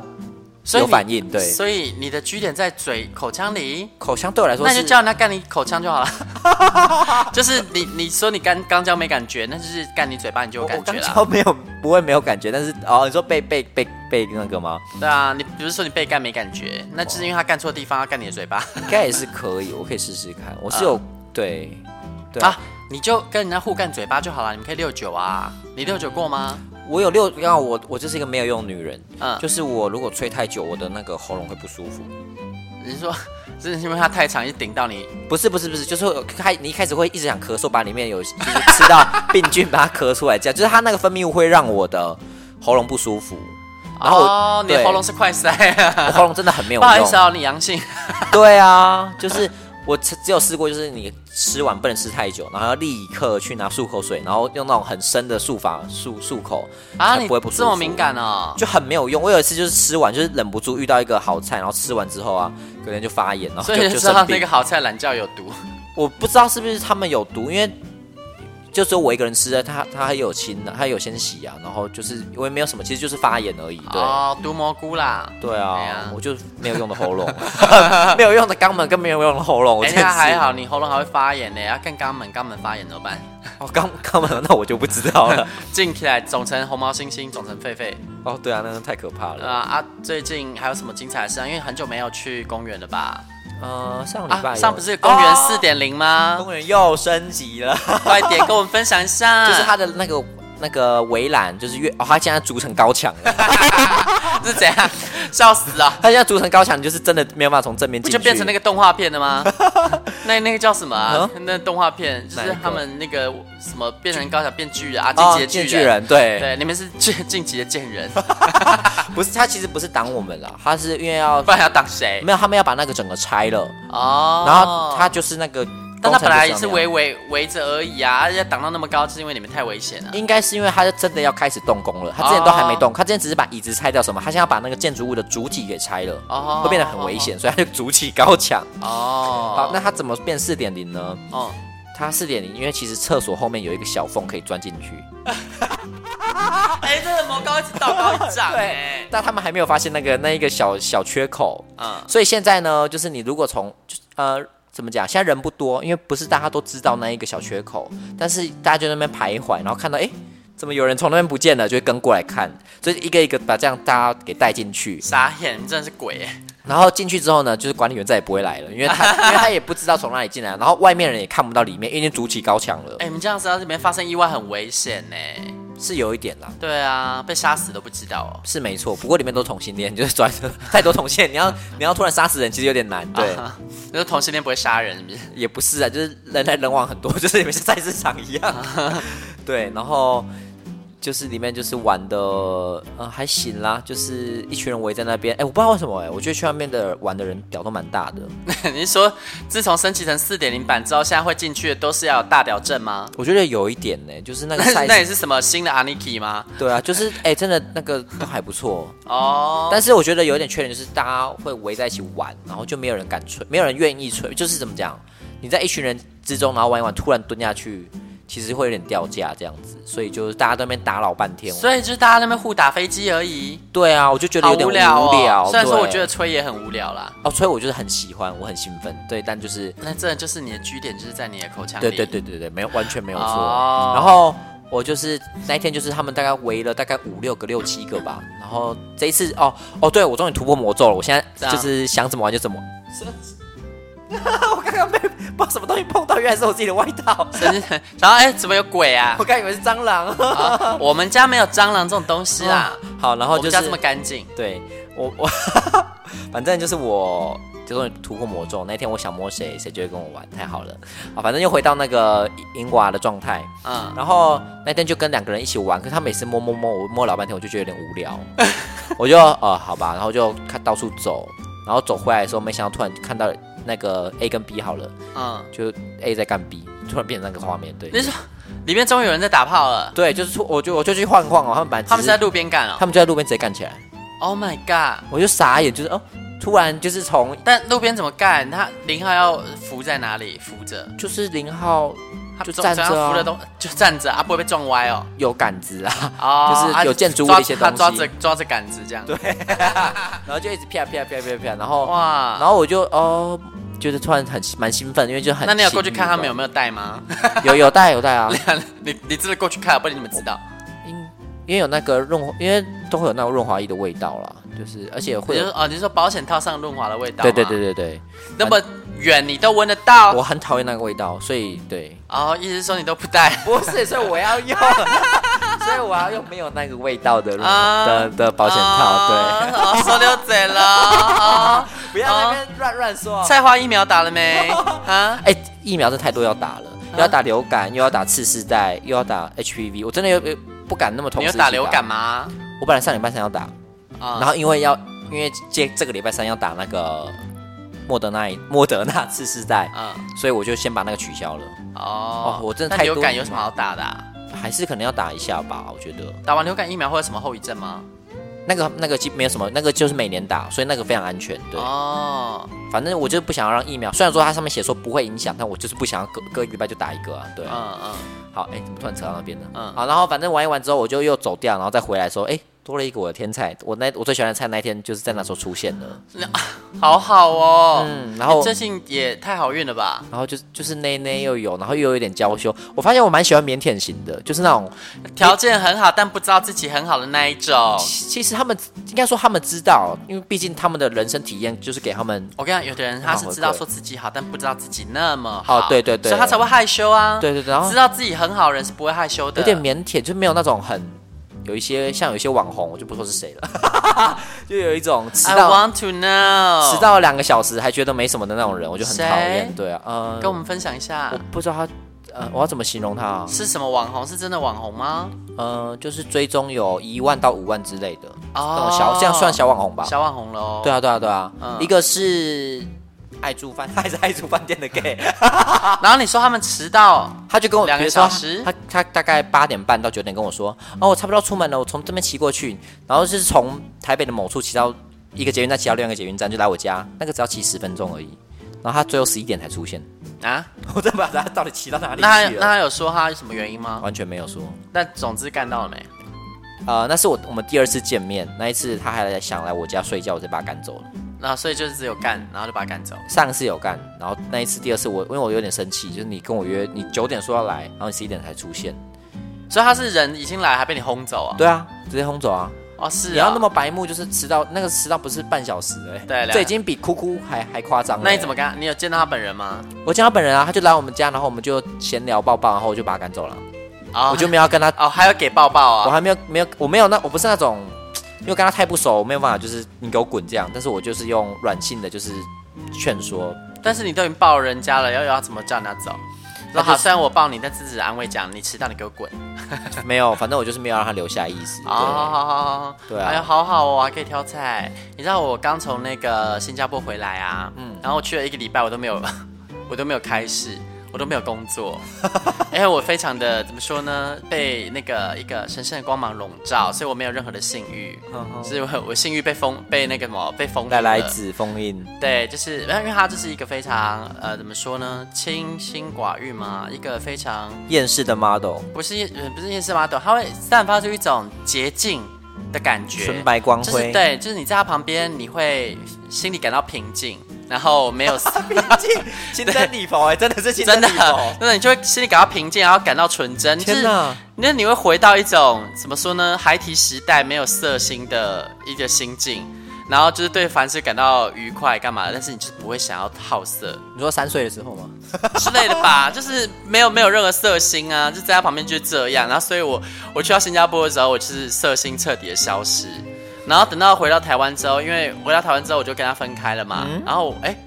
[SPEAKER 4] 所以
[SPEAKER 1] 有
[SPEAKER 4] 你
[SPEAKER 1] 反应，对，
[SPEAKER 4] 所以你的据点在嘴口腔里，
[SPEAKER 1] 口腔对我来说
[SPEAKER 4] 那你
[SPEAKER 1] 是
[SPEAKER 4] 就叫人家干你口腔就好了。 就是你你说你干肛交没感觉，那就是干你嘴巴你就
[SPEAKER 1] 我
[SPEAKER 4] 有感
[SPEAKER 1] 我
[SPEAKER 4] 觉
[SPEAKER 1] 刚
[SPEAKER 4] 了。
[SPEAKER 1] 交没有不会没有感觉，但是哦，你说被被被被那个 吗？
[SPEAKER 4] 对啊，你不是说你被干没感觉，那就是因为他干错地方，他干你的嘴巴
[SPEAKER 1] 应该也是可以，我可以试试看，我是有、对对
[SPEAKER 4] 嗯啊。你就跟人家互干嘴巴就好了，你们可以六九啊。你六九过吗？
[SPEAKER 1] 我有六，要我我就是一个没有用的女人，
[SPEAKER 4] 嗯
[SPEAKER 1] 就是我如果吹太久，我的那个喉咙会不舒服。
[SPEAKER 4] 你是说，是因为他太长，一顶到你
[SPEAKER 1] 不是不是不是，就是会开你一开始会一直想咳嗽，把里面有就是吃到病菌把它咳出来，这样就是它那个分泌物会让我的喉咙不舒 服，然后我、
[SPEAKER 4] 哦，你的
[SPEAKER 1] 对
[SPEAKER 4] 喉咙是快塞
[SPEAKER 1] 我
[SPEAKER 4] 啊！
[SPEAKER 1] 喉咙真的很没有
[SPEAKER 4] 不好意思
[SPEAKER 1] 用。
[SPEAKER 4] 哦，你阳性，
[SPEAKER 1] 对啊，就是我只只有试过，就是你吃完不能吃太久，然后要立刻去拿漱口水，然后用那种很深的漱法漱漱口，
[SPEAKER 4] 啊，
[SPEAKER 1] 才
[SPEAKER 4] 你
[SPEAKER 1] 不会不舒服。
[SPEAKER 4] 这么敏感哦？
[SPEAKER 1] 就很没有用。我有一次就是吃完，就是忍不住遇到一个好菜，然后吃完之后啊，可能就发炎，然后
[SPEAKER 4] 所
[SPEAKER 1] 就
[SPEAKER 4] 以
[SPEAKER 1] 就
[SPEAKER 4] 就知
[SPEAKER 1] 生
[SPEAKER 4] 道
[SPEAKER 1] 病
[SPEAKER 4] 那个好菜懒觉有毒。
[SPEAKER 1] 我不知道是不是他们有毒，因为就只有我一个人吃啊，他他还有亲的，他有先洗啊，然后就是我也没有什么，其实就是发炎而已，对。
[SPEAKER 4] 哦，毒蘑菇啦。
[SPEAKER 1] 对
[SPEAKER 4] 哎
[SPEAKER 1] 啊
[SPEAKER 4] 呀，
[SPEAKER 1] 我就没有用的喉咙， 没有用的肛门跟没有用的喉咙，我
[SPEAKER 4] 哎
[SPEAKER 1] 真的是
[SPEAKER 4] 那还好，你喉咙还会发炎呢，要看肛门，肛门发炎怎么办？
[SPEAKER 1] 哦，肛肛门那我就不知道了。
[SPEAKER 4] 近起来肿成红毛猩猩，肿成狒狒。
[SPEAKER 1] 哦，对啊，那个太可怕
[SPEAKER 4] 啊
[SPEAKER 1] 了。
[SPEAKER 4] 啊！最近还有什么精彩的事啊？因为很久没有去公园了吧？
[SPEAKER 1] 呃，上礼拜有
[SPEAKER 4] 啊，上不是公园
[SPEAKER 1] 哦
[SPEAKER 4] 四嗯点 零吗？
[SPEAKER 1] 公园又升级了，
[SPEAKER 4] 快点跟我们分享一下。
[SPEAKER 1] 就是它的那个那个围栏，就是越哦，它现在筑成高墙了，
[SPEAKER 4] 是怎样？笑死啊！
[SPEAKER 1] 它现在筑成高墙，你就是真的没有办法从正面
[SPEAKER 4] 不
[SPEAKER 1] 进
[SPEAKER 4] 就
[SPEAKER 1] 去，
[SPEAKER 4] 变成那个动画片了 吗？那那个叫什么啊？那动画片
[SPEAKER 1] 嗯
[SPEAKER 4] 就
[SPEAKER 1] 哪一
[SPEAKER 4] 是
[SPEAKER 1] 个
[SPEAKER 4] 他们那个什么变成高墙变巨人啊，
[SPEAKER 1] 哦
[SPEAKER 4] 进击的
[SPEAKER 1] 进巨人，对
[SPEAKER 4] 对，你们是进进击的贱人，
[SPEAKER 1] 不是，他其实不是挡我们了，他是因为要
[SPEAKER 4] 不然要当谁？
[SPEAKER 1] 没有，他们要把那个整个拆了，
[SPEAKER 4] 哦，
[SPEAKER 1] 然后他就是那个，
[SPEAKER 4] 但他本来是围
[SPEAKER 1] 为，
[SPEAKER 4] 围围着而已啊，要挡到那么高，就是因为你们太危险了。
[SPEAKER 1] 应该是因为他是真的要开始动工了，他之前都还没
[SPEAKER 4] 哦
[SPEAKER 1] 动，他之前只是把椅子拆掉什么，他现在要把那个建筑物的主体给拆了，
[SPEAKER 4] 哦
[SPEAKER 1] 会变得很危险，所以他就筑起高墙。
[SPEAKER 4] 哦，
[SPEAKER 1] 好，那他怎么变四点零呢？
[SPEAKER 4] 哦，
[SPEAKER 1] 他四点零，因为其实厕所后面有一个小缝可以钻进去，
[SPEAKER 4] 哎，这个魔高一直道高一丈，哎，
[SPEAKER 1] 但他们还没有发现那个那一个小小缺口，
[SPEAKER 4] 嗯，
[SPEAKER 1] 所以现在呢，就是你如果从就是呃怎么讲，现在人不多，因为不是大家都知道那一个小缺口，但是大家就在那边徘徊，然后看到诶，怎么有人从那边不见了，就会跟过来看，所以一个一个把这样大家给带进去，
[SPEAKER 4] 傻眼，你真的是鬼哎。
[SPEAKER 1] 然后进去之后呢，就是管理员再也不会来了，因为他 因为他也不知道从哪里进来，然后外面人也看不到里面，因为已经筑起高墙了，
[SPEAKER 4] 哎，你们这样子在这边发生意外很危险呢。
[SPEAKER 1] 是有一点啦。
[SPEAKER 4] 对啊，被杀死都不知道哦。
[SPEAKER 1] 是 没错，不过里面都是同性恋，就是转太多同性恋，你要你要突然杀死人，其实有点难。对，
[SPEAKER 4] 啊你说同性恋不会杀人是不是？
[SPEAKER 1] 也不是啊，就是人来人往很多， 就是你们是菜市场一样。
[SPEAKER 4] 啊
[SPEAKER 1] 对，然后就是里面就是玩的，呃，还行啦，就是一群人围在那边。哎，我不知道为什么哎、我觉得去那边的玩的人屌都蛮大的。
[SPEAKER 4] 你是说自从升级成四点零版之后，现在会进去的都是要有大屌症吗？
[SPEAKER 1] 我觉得有一点呢、就是 那个
[SPEAKER 4] 那
[SPEAKER 1] 菜
[SPEAKER 4] 那也
[SPEAKER 1] 市，
[SPEAKER 4] 是什么新的 Aniki 吗？
[SPEAKER 1] 对啊，就是哎、真的那个都还不错。
[SPEAKER 4] 哦，
[SPEAKER 1] 但是我觉得有一点缺点就是大家会围在一起玩，然后就没有人敢吹，没有人愿意吹，就是怎么讲？你在一群人之中，然后玩一玩，突然蹲下去，其实会有点掉价这样子，所以就是大家在那边打扰半天。
[SPEAKER 4] 所以就是大家那边互打飞机而已，
[SPEAKER 1] 对啊，我就觉得
[SPEAKER 4] 好
[SPEAKER 1] 有点
[SPEAKER 4] 无
[SPEAKER 1] 无
[SPEAKER 4] 聊哦。
[SPEAKER 1] 聊
[SPEAKER 4] 虽然说
[SPEAKER 1] 对
[SPEAKER 4] 我觉得吹也很无聊啦，
[SPEAKER 1] 哦，所以我就是很喜欢，我很兴奋，对，但就是啊
[SPEAKER 4] 那真的就是你的据点就是在你的口腔里。
[SPEAKER 1] 对对对对对，没有完全没有错。
[SPEAKER 4] 哦
[SPEAKER 1] 然后我就是那一天就是他们大概围了大概五六个六七个吧，然后这一次哦哦，对我终于突破魔咒了，我现在
[SPEAKER 4] 这样
[SPEAKER 1] 就是想怎么玩就怎么。啊 我刚刚被不知道什么东西碰到，原来是我自己的外套，
[SPEAKER 4] 真是，然后哎、怎么有鬼啊
[SPEAKER 1] 我？刚以为是蟑螂。
[SPEAKER 4] 啊我们家没有蟑螂这种东西啦，
[SPEAKER 1] 啊好，嗯然
[SPEAKER 4] 我
[SPEAKER 1] 后
[SPEAKER 4] 们
[SPEAKER 1] 就是
[SPEAKER 4] 家这么干净。
[SPEAKER 1] 对我 我，反正就是我就终于突破魔咒。那天我想摸谁，谁就会跟我玩，太好了啊！反正又回到那个银娃的状态。
[SPEAKER 4] 嗯，
[SPEAKER 1] 然后那天就跟两个人一起玩，可是他每次摸摸摸，我摸老半天，我就觉得有点无 聊，我就呃好吧，然后就看到处走，然后走回来的时候，没想到突然看到那个 A 跟 B 好了，
[SPEAKER 4] 嗯，
[SPEAKER 1] 就 A 在干 B，突然变成那个画面，对
[SPEAKER 4] 你说里面终于有人在打炮了，
[SPEAKER 1] 对，就是出我就我就去晃晃哦，他们本来只
[SPEAKER 4] 他们是在路边干
[SPEAKER 1] 他
[SPEAKER 4] 哦。
[SPEAKER 1] 们就在路边直接干起来，
[SPEAKER 4] Oh my god！
[SPEAKER 1] 我就傻眼，就是哦，突然就是从
[SPEAKER 4] 但路边怎么干？他零号要扶在哪里？扶着，
[SPEAKER 1] 就是零号
[SPEAKER 4] 他
[SPEAKER 1] 就
[SPEAKER 4] 总
[SPEAKER 1] 站着啊
[SPEAKER 4] 总要扶的东就站着啊，不会被撞歪哦。
[SPEAKER 1] 有杆子啊，
[SPEAKER 4] 哦，
[SPEAKER 1] 就是有建筑物
[SPEAKER 4] 啊
[SPEAKER 1] 的一些东西
[SPEAKER 4] 他抓着抓着杆子这样。对，
[SPEAKER 1] 然后就一直啪啪啪啪啪，然后
[SPEAKER 4] 哇，
[SPEAKER 1] 然后我就哦，就是突然很蛮兴奋，因为就很
[SPEAKER 4] 那你有过去
[SPEAKER 1] 亲密
[SPEAKER 4] 看他们
[SPEAKER 1] 嘛
[SPEAKER 4] 有没有带吗？
[SPEAKER 1] 有有带有带啊，
[SPEAKER 4] 你你真的过去看，不然你们知道。
[SPEAKER 1] 因因为有那个润滑，因为都会有那个润滑液的味道啦，就是而且
[SPEAKER 4] 你
[SPEAKER 1] 会
[SPEAKER 4] 就
[SPEAKER 1] 有
[SPEAKER 4] 说哦，哦你是说保险套上润滑的味道？
[SPEAKER 1] 对对对，对对，
[SPEAKER 4] 那么远你都闻得到
[SPEAKER 1] 我。很讨厌那个味道，所以对，
[SPEAKER 4] 哦，意思是说你都不带。
[SPEAKER 1] 不是，所以我要用， 所以我要用没有那个味道的润
[SPEAKER 4] 啊
[SPEAKER 1] 的的 保险套，对，
[SPEAKER 4] 哦，哦收溜嘴了。 哦
[SPEAKER 1] 不要在那边乱乱说。
[SPEAKER 4] 菜花疫苗打了没？ 啊，
[SPEAKER 1] 哎，疫苗这太多要打了，又要打流感，又要打次世代，又要打 HPV，我真的有有不敢那么同时
[SPEAKER 4] 你有
[SPEAKER 1] 一起
[SPEAKER 4] 打流感？吗？
[SPEAKER 1] 我本来上礼拜三要打，
[SPEAKER 4] 啊，
[SPEAKER 1] 然后因为要因为这这个礼拜三要打那个莫德纳莫德纳次世代，
[SPEAKER 4] 啊，
[SPEAKER 1] 所以我就先把那个取消了，
[SPEAKER 4] 哦
[SPEAKER 1] 哦，我真的
[SPEAKER 4] 那
[SPEAKER 1] 太
[SPEAKER 4] 流
[SPEAKER 1] 多
[SPEAKER 4] 感有什么好打的啊？
[SPEAKER 1] 还是可能要打一下吧，我觉得
[SPEAKER 4] 打完流感疫苗会有什么后遗症吗？
[SPEAKER 1] 那个那个基没有什么，那个就是每年打，所以那个非常安全。对，
[SPEAKER 4] 哦，
[SPEAKER 1] 反正我就是不想要让疫苗，虽然说它上面写说不会影响，但我就是不想要隔隔一个礼拜就打一个啊。对，
[SPEAKER 4] 嗯嗯，
[SPEAKER 1] 好，哎、怎么突然扯到那边呢？
[SPEAKER 4] 嗯
[SPEAKER 1] 嗯，好，然后反正玩一玩之后，我就又走掉，然后再回来说，哎、多了一个我的天菜，我那我最喜欢的菜那一天就是在那时候出现
[SPEAKER 4] 嗯
[SPEAKER 1] 了，
[SPEAKER 4] 好好哦。
[SPEAKER 1] 嗯然后
[SPEAKER 4] 你最近也太好运了吧？
[SPEAKER 1] 然后就是就是内内又有，然后又有一点娇羞，我发现我蛮喜欢腼腆型的，就是那种
[SPEAKER 4] 条件很好，但不知道自己很好的那一种。
[SPEAKER 1] 其其实他们应该说他们知道，因为毕竟他们的人生体验就是给他们
[SPEAKER 4] 我跟你讲，有的人他是知道说自己好，但不知道自己那么好，
[SPEAKER 1] 哦对对对
[SPEAKER 4] 所以他才会害羞啊。
[SPEAKER 1] 对对对然后
[SPEAKER 4] 知道自己很好的人是不会害羞的。
[SPEAKER 1] 有点腼腆，就没有那种很有一些像有一些网红，我就不说是谁了， 就有一种迟
[SPEAKER 4] I
[SPEAKER 1] 到
[SPEAKER 4] want to know，
[SPEAKER 1] 迟到两个小时还觉得没什么的那种人，我就很讨
[SPEAKER 4] 谁
[SPEAKER 1] 厌。对啊，嗯、
[SPEAKER 4] 跟我们分享一下
[SPEAKER 1] 我不知道他，呃，我要怎么形容他、啊？
[SPEAKER 4] 是什么网红？是真的网红吗？
[SPEAKER 1] 呃，就是追踪有一万到五万之类的，
[SPEAKER 4] 哦
[SPEAKER 1] 那种小这样算小网红吧？
[SPEAKER 4] 小网红喽。
[SPEAKER 1] 对啊，对啊，对啊，
[SPEAKER 4] 嗯
[SPEAKER 1] 一个是爱住 饭，还是爱住饭店的 gay。
[SPEAKER 4] 然后你说他们迟到，
[SPEAKER 1] 他就跟我
[SPEAKER 4] 两个
[SPEAKER 1] 比如说
[SPEAKER 4] 小时
[SPEAKER 1] 他他他大概八点半到九点跟我说，哦，我差不多要出门了，我从这边骑过去，然后是从台北的某处骑到一个捷运站，骑到另外一个捷运站，就来我家，那个只要骑十分钟而已。然后他最后十一点才出现，
[SPEAKER 4] 啊？
[SPEAKER 1] 我真不知道他到底骑到哪里
[SPEAKER 4] 那他
[SPEAKER 1] 去啊
[SPEAKER 4] 那
[SPEAKER 1] 了，
[SPEAKER 4] 他有说他有什么原因吗？
[SPEAKER 1] 完全没有说。
[SPEAKER 4] 那总之干到了没？
[SPEAKER 1] 呃，那是我我们第二次见面，那一次他还来想来我家睡觉，我就把他赶走了。
[SPEAKER 4] 那所以就是只有干，然后就把他赶走。
[SPEAKER 1] 上一次有干，然后那一次第二次我因为我有点生气，就是你跟我约，你九点说要来，然后你十一点才出现，
[SPEAKER 4] 所以他是人已经来，还被你轰走啊？
[SPEAKER 1] 对啊，直接轰走啊。
[SPEAKER 4] 哦，是啊。
[SPEAKER 1] 你要那么白目，就是迟到那个迟到不是半小时哎、
[SPEAKER 4] 对了
[SPEAKER 1] 这已经比哭哭还还夸张了、欸
[SPEAKER 4] 那你怎么？跟他？你有见到他本人吗？
[SPEAKER 1] 我见他本人啊，他就来我们家，然后我们就闲聊抱抱，然后我就把他赶走了，
[SPEAKER 4] 哦，
[SPEAKER 1] 我就没有要跟他，
[SPEAKER 4] 哦，还有给抱抱
[SPEAKER 1] 我
[SPEAKER 4] 啊？
[SPEAKER 1] 还没有没有我没有那我不是那种，因为跟他太不熟，我没有办法就是你给我滚这样，但是我就是用软性的就是劝说，
[SPEAKER 4] 但是你都已经抱人家了，要要怎么叫人家走？说好，虽然我抱你，但是只是安慰讲你迟到，你给我滚。
[SPEAKER 1] 没有，反正我就是没有让他留下意思。
[SPEAKER 4] 啊，好好好好，
[SPEAKER 1] 对啊
[SPEAKER 4] 哎呦，好好哦，我还可以挑菜。你知道我刚从那个新加坡回来啊，嗯，然后我去了一个礼拜，我都没有，我都没有开始，我都没有工作，因为我非常的怎么说呢，被那个一个神圣的光芒笼罩，所以我没有任何的性欲，所以我我性欲被封，被那个什么被封
[SPEAKER 1] 对，来来
[SPEAKER 4] 住了
[SPEAKER 1] 子封印，
[SPEAKER 4] 对，就是因为他这是一个非常呃怎么说呢，清心寡欲嘛，一个非常
[SPEAKER 1] 厌世的 model，
[SPEAKER 4] 不是夜呃不是夜市马桶，它会散发出一种洁净的感觉，
[SPEAKER 1] 纯白光辉
[SPEAKER 4] 就是对，就是你在它旁边，你会心里感到平静，然后没有平
[SPEAKER 1] 心真理佛哎，真的是心
[SPEAKER 4] 真的
[SPEAKER 1] 理佛，
[SPEAKER 4] 真的你就会心里感到平静，然后感到纯真。
[SPEAKER 1] 天
[SPEAKER 4] 哪
[SPEAKER 1] 哪！
[SPEAKER 4] 那你会回到一种怎么说呢？孩提时代没有色心的一个心境，然后就是对凡事感到愉快，干嘛的？但是你就是不会想要好色。
[SPEAKER 1] 你说三岁的时候吗？
[SPEAKER 4] 之类的吧，就是没有没有任何色心啊，就在他旁边就是这样。然后，所以我我去到新加坡的时候，我就是色心彻底的消失。然后等到回到台湾之后，因为回到台湾之后我就跟他分开了嘛，然后哎、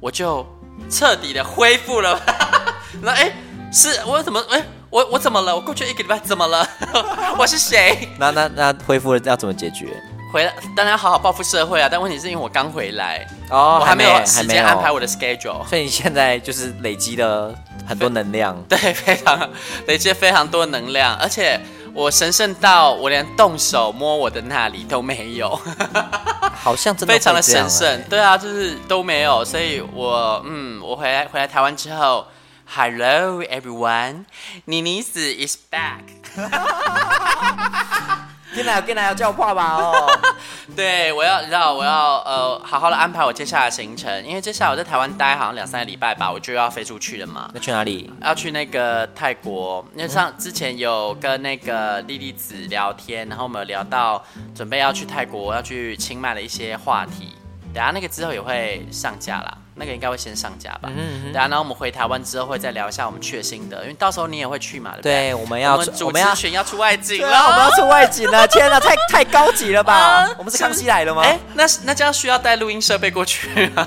[SPEAKER 4] 我就彻底的恢复了。 那哎、是我怎么哎、我我怎么了？我过去一个礼拜怎么了？ 我是谁？
[SPEAKER 1] 那那那恢复了要怎么解决？
[SPEAKER 4] 回来当然要好好报复社会啊，但问题是因为我刚回来，
[SPEAKER 1] 哦
[SPEAKER 4] 我还没有时间安排
[SPEAKER 1] 我，
[SPEAKER 4] 我的 schedule。
[SPEAKER 1] 所以你现在就是累积了很多能 量，
[SPEAKER 4] 对，非常累积非常多能量，而且我神圣到我连动手摸我的那里都没有，
[SPEAKER 1] 好像真的
[SPEAKER 4] 非常的
[SPEAKER 1] 会这样
[SPEAKER 4] 神圣
[SPEAKER 1] 哎。
[SPEAKER 4] 对啊，就是都没有，所以我嗯，我回来回来台湾之后，Hello everyone，妮妮子 is back。
[SPEAKER 1] 进来进来要叫我爸爸 哦。
[SPEAKER 4] 对，我要你知道，我要呃好好的安排我接下来的行程，因为接下来我在台湾待好像两三个礼拜吧，我就要飞出去了嘛。
[SPEAKER 1] 那去哪里？
[SPEAKER 4] 要去那个泰国，因为上之前有跟那个莉莉子聊天，然后我们有聊到准备要去泰国、要去清迈的一些话题。等下那个之后也会上架啦，那个应该会先上架吧。
[SPEAKER 1] 嗯
[SPEAKER 4] 等下，然后我们回台湾之后会再聊一下我们去的心得，因为到时候你也会去嘛，对不对？
[SPEAKER 1] 对，我们要
[SPEAKER 4] 我们
[SPEAKER 1] 我
[SPEAKER 4] 主
[SPEAKER 1] 们要
[SPEAKER 4] 持群要出外景
[SPEAKER 1] 对啊，我们
[SPEAKER 4] 了。
[SPEAKER 1] 要出外景 了！天哪，太太高级了吧
[SPEAKER 4] 啊？
[SPEAKER 1] 我们是康熙来了吗？
[SPEAKER 4] 哎，那那这样需要带录音设备过去 啊？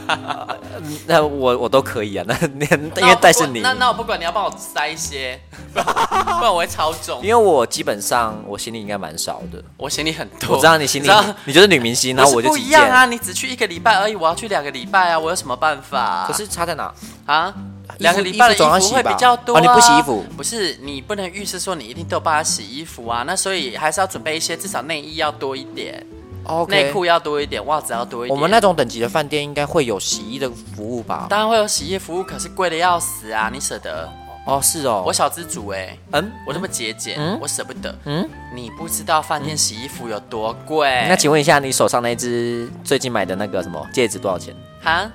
[SPEAKER 1] 那我我都可以啊，那那
[SPEAKER 4] 那
[SPEAKER 1] 因
[SPEAKER 4] 我
[SPEAKER 1] 为
[SPEAKER 4] 不
[SPEAKER 1] 带是
[SPEAKER 4] 管
[SPEAKER 1] 你，
[SPEAKER 4] 那那我不管，你要帮我塞一些，不然我会超重
[SPEAKER 1] 因。为我基本上我行李应该蛮少的。
[SPEAKER 4] 我行李很多，
[SPEAKER 1] 我知道哦你行李
[SPEAKER 4] 知道，
[SPEAKER 1] 你就是女明星，然后
[SPEAKER 4] 不
[SPEAKER 1] 我
[SPEAKER 4] 是
[SPEAKER 1] 就
[SPEAKER 4] 不
[SPEAKER 1] 几
[SPEAKER 4] 一样啊！
[SPEAKER 1] 件。
[SPEAKER 4] 你只去一个礼拜而已，我要去两个礼拜啊！我有什么办法、
[SPEAKER 1] 可是差在哪？
[SPEAKER 4] 啊，
[SPEAKER 1] 服
[SPEAKER 4] 两个礼拜的
[SPEAKER 1] 衣服总要
[SPEAKER 4] 衣
[SPEAKER 1] 洗
[SPEAKER 4] 服
[SPEAKER 1] 吧
[SPEAKER 4] 会比较多、啊
[SPEAKER 1] 哦你不洗衣服
[SPEAKER 4] 不是你不能预示说你一定都有帮他洗衣服啊。那所以还是要准备一些，至少内衣要多一点，
[SPEAKER 1] 哦
[SPEAKER 4] 内裤要多一点，袜子要多一
[SPEAKER 1] 我
[SPEAKER 4] 点。
[SPEAKER 1] 们那种等级的饭店应该会有洗衣的服务吧？
[SPEAKER 4] 当然会有洗衣服务，可是贵的要死啊！你舍得？
[SPEAKER 1] 哦，是哦。
[SPEAKER 4] 我小资主哎、
[SPEAKER 1] 嗯，
[SPEAKER 4] 我这么节俭，我舍不得。嗯，你不知道饭店洗衣服有多贵。
[SPEAKER 1] 嗯那请问一下，你手上那只最近买的那个什么戒指多少钱？
[SPEAKER 4] 哈？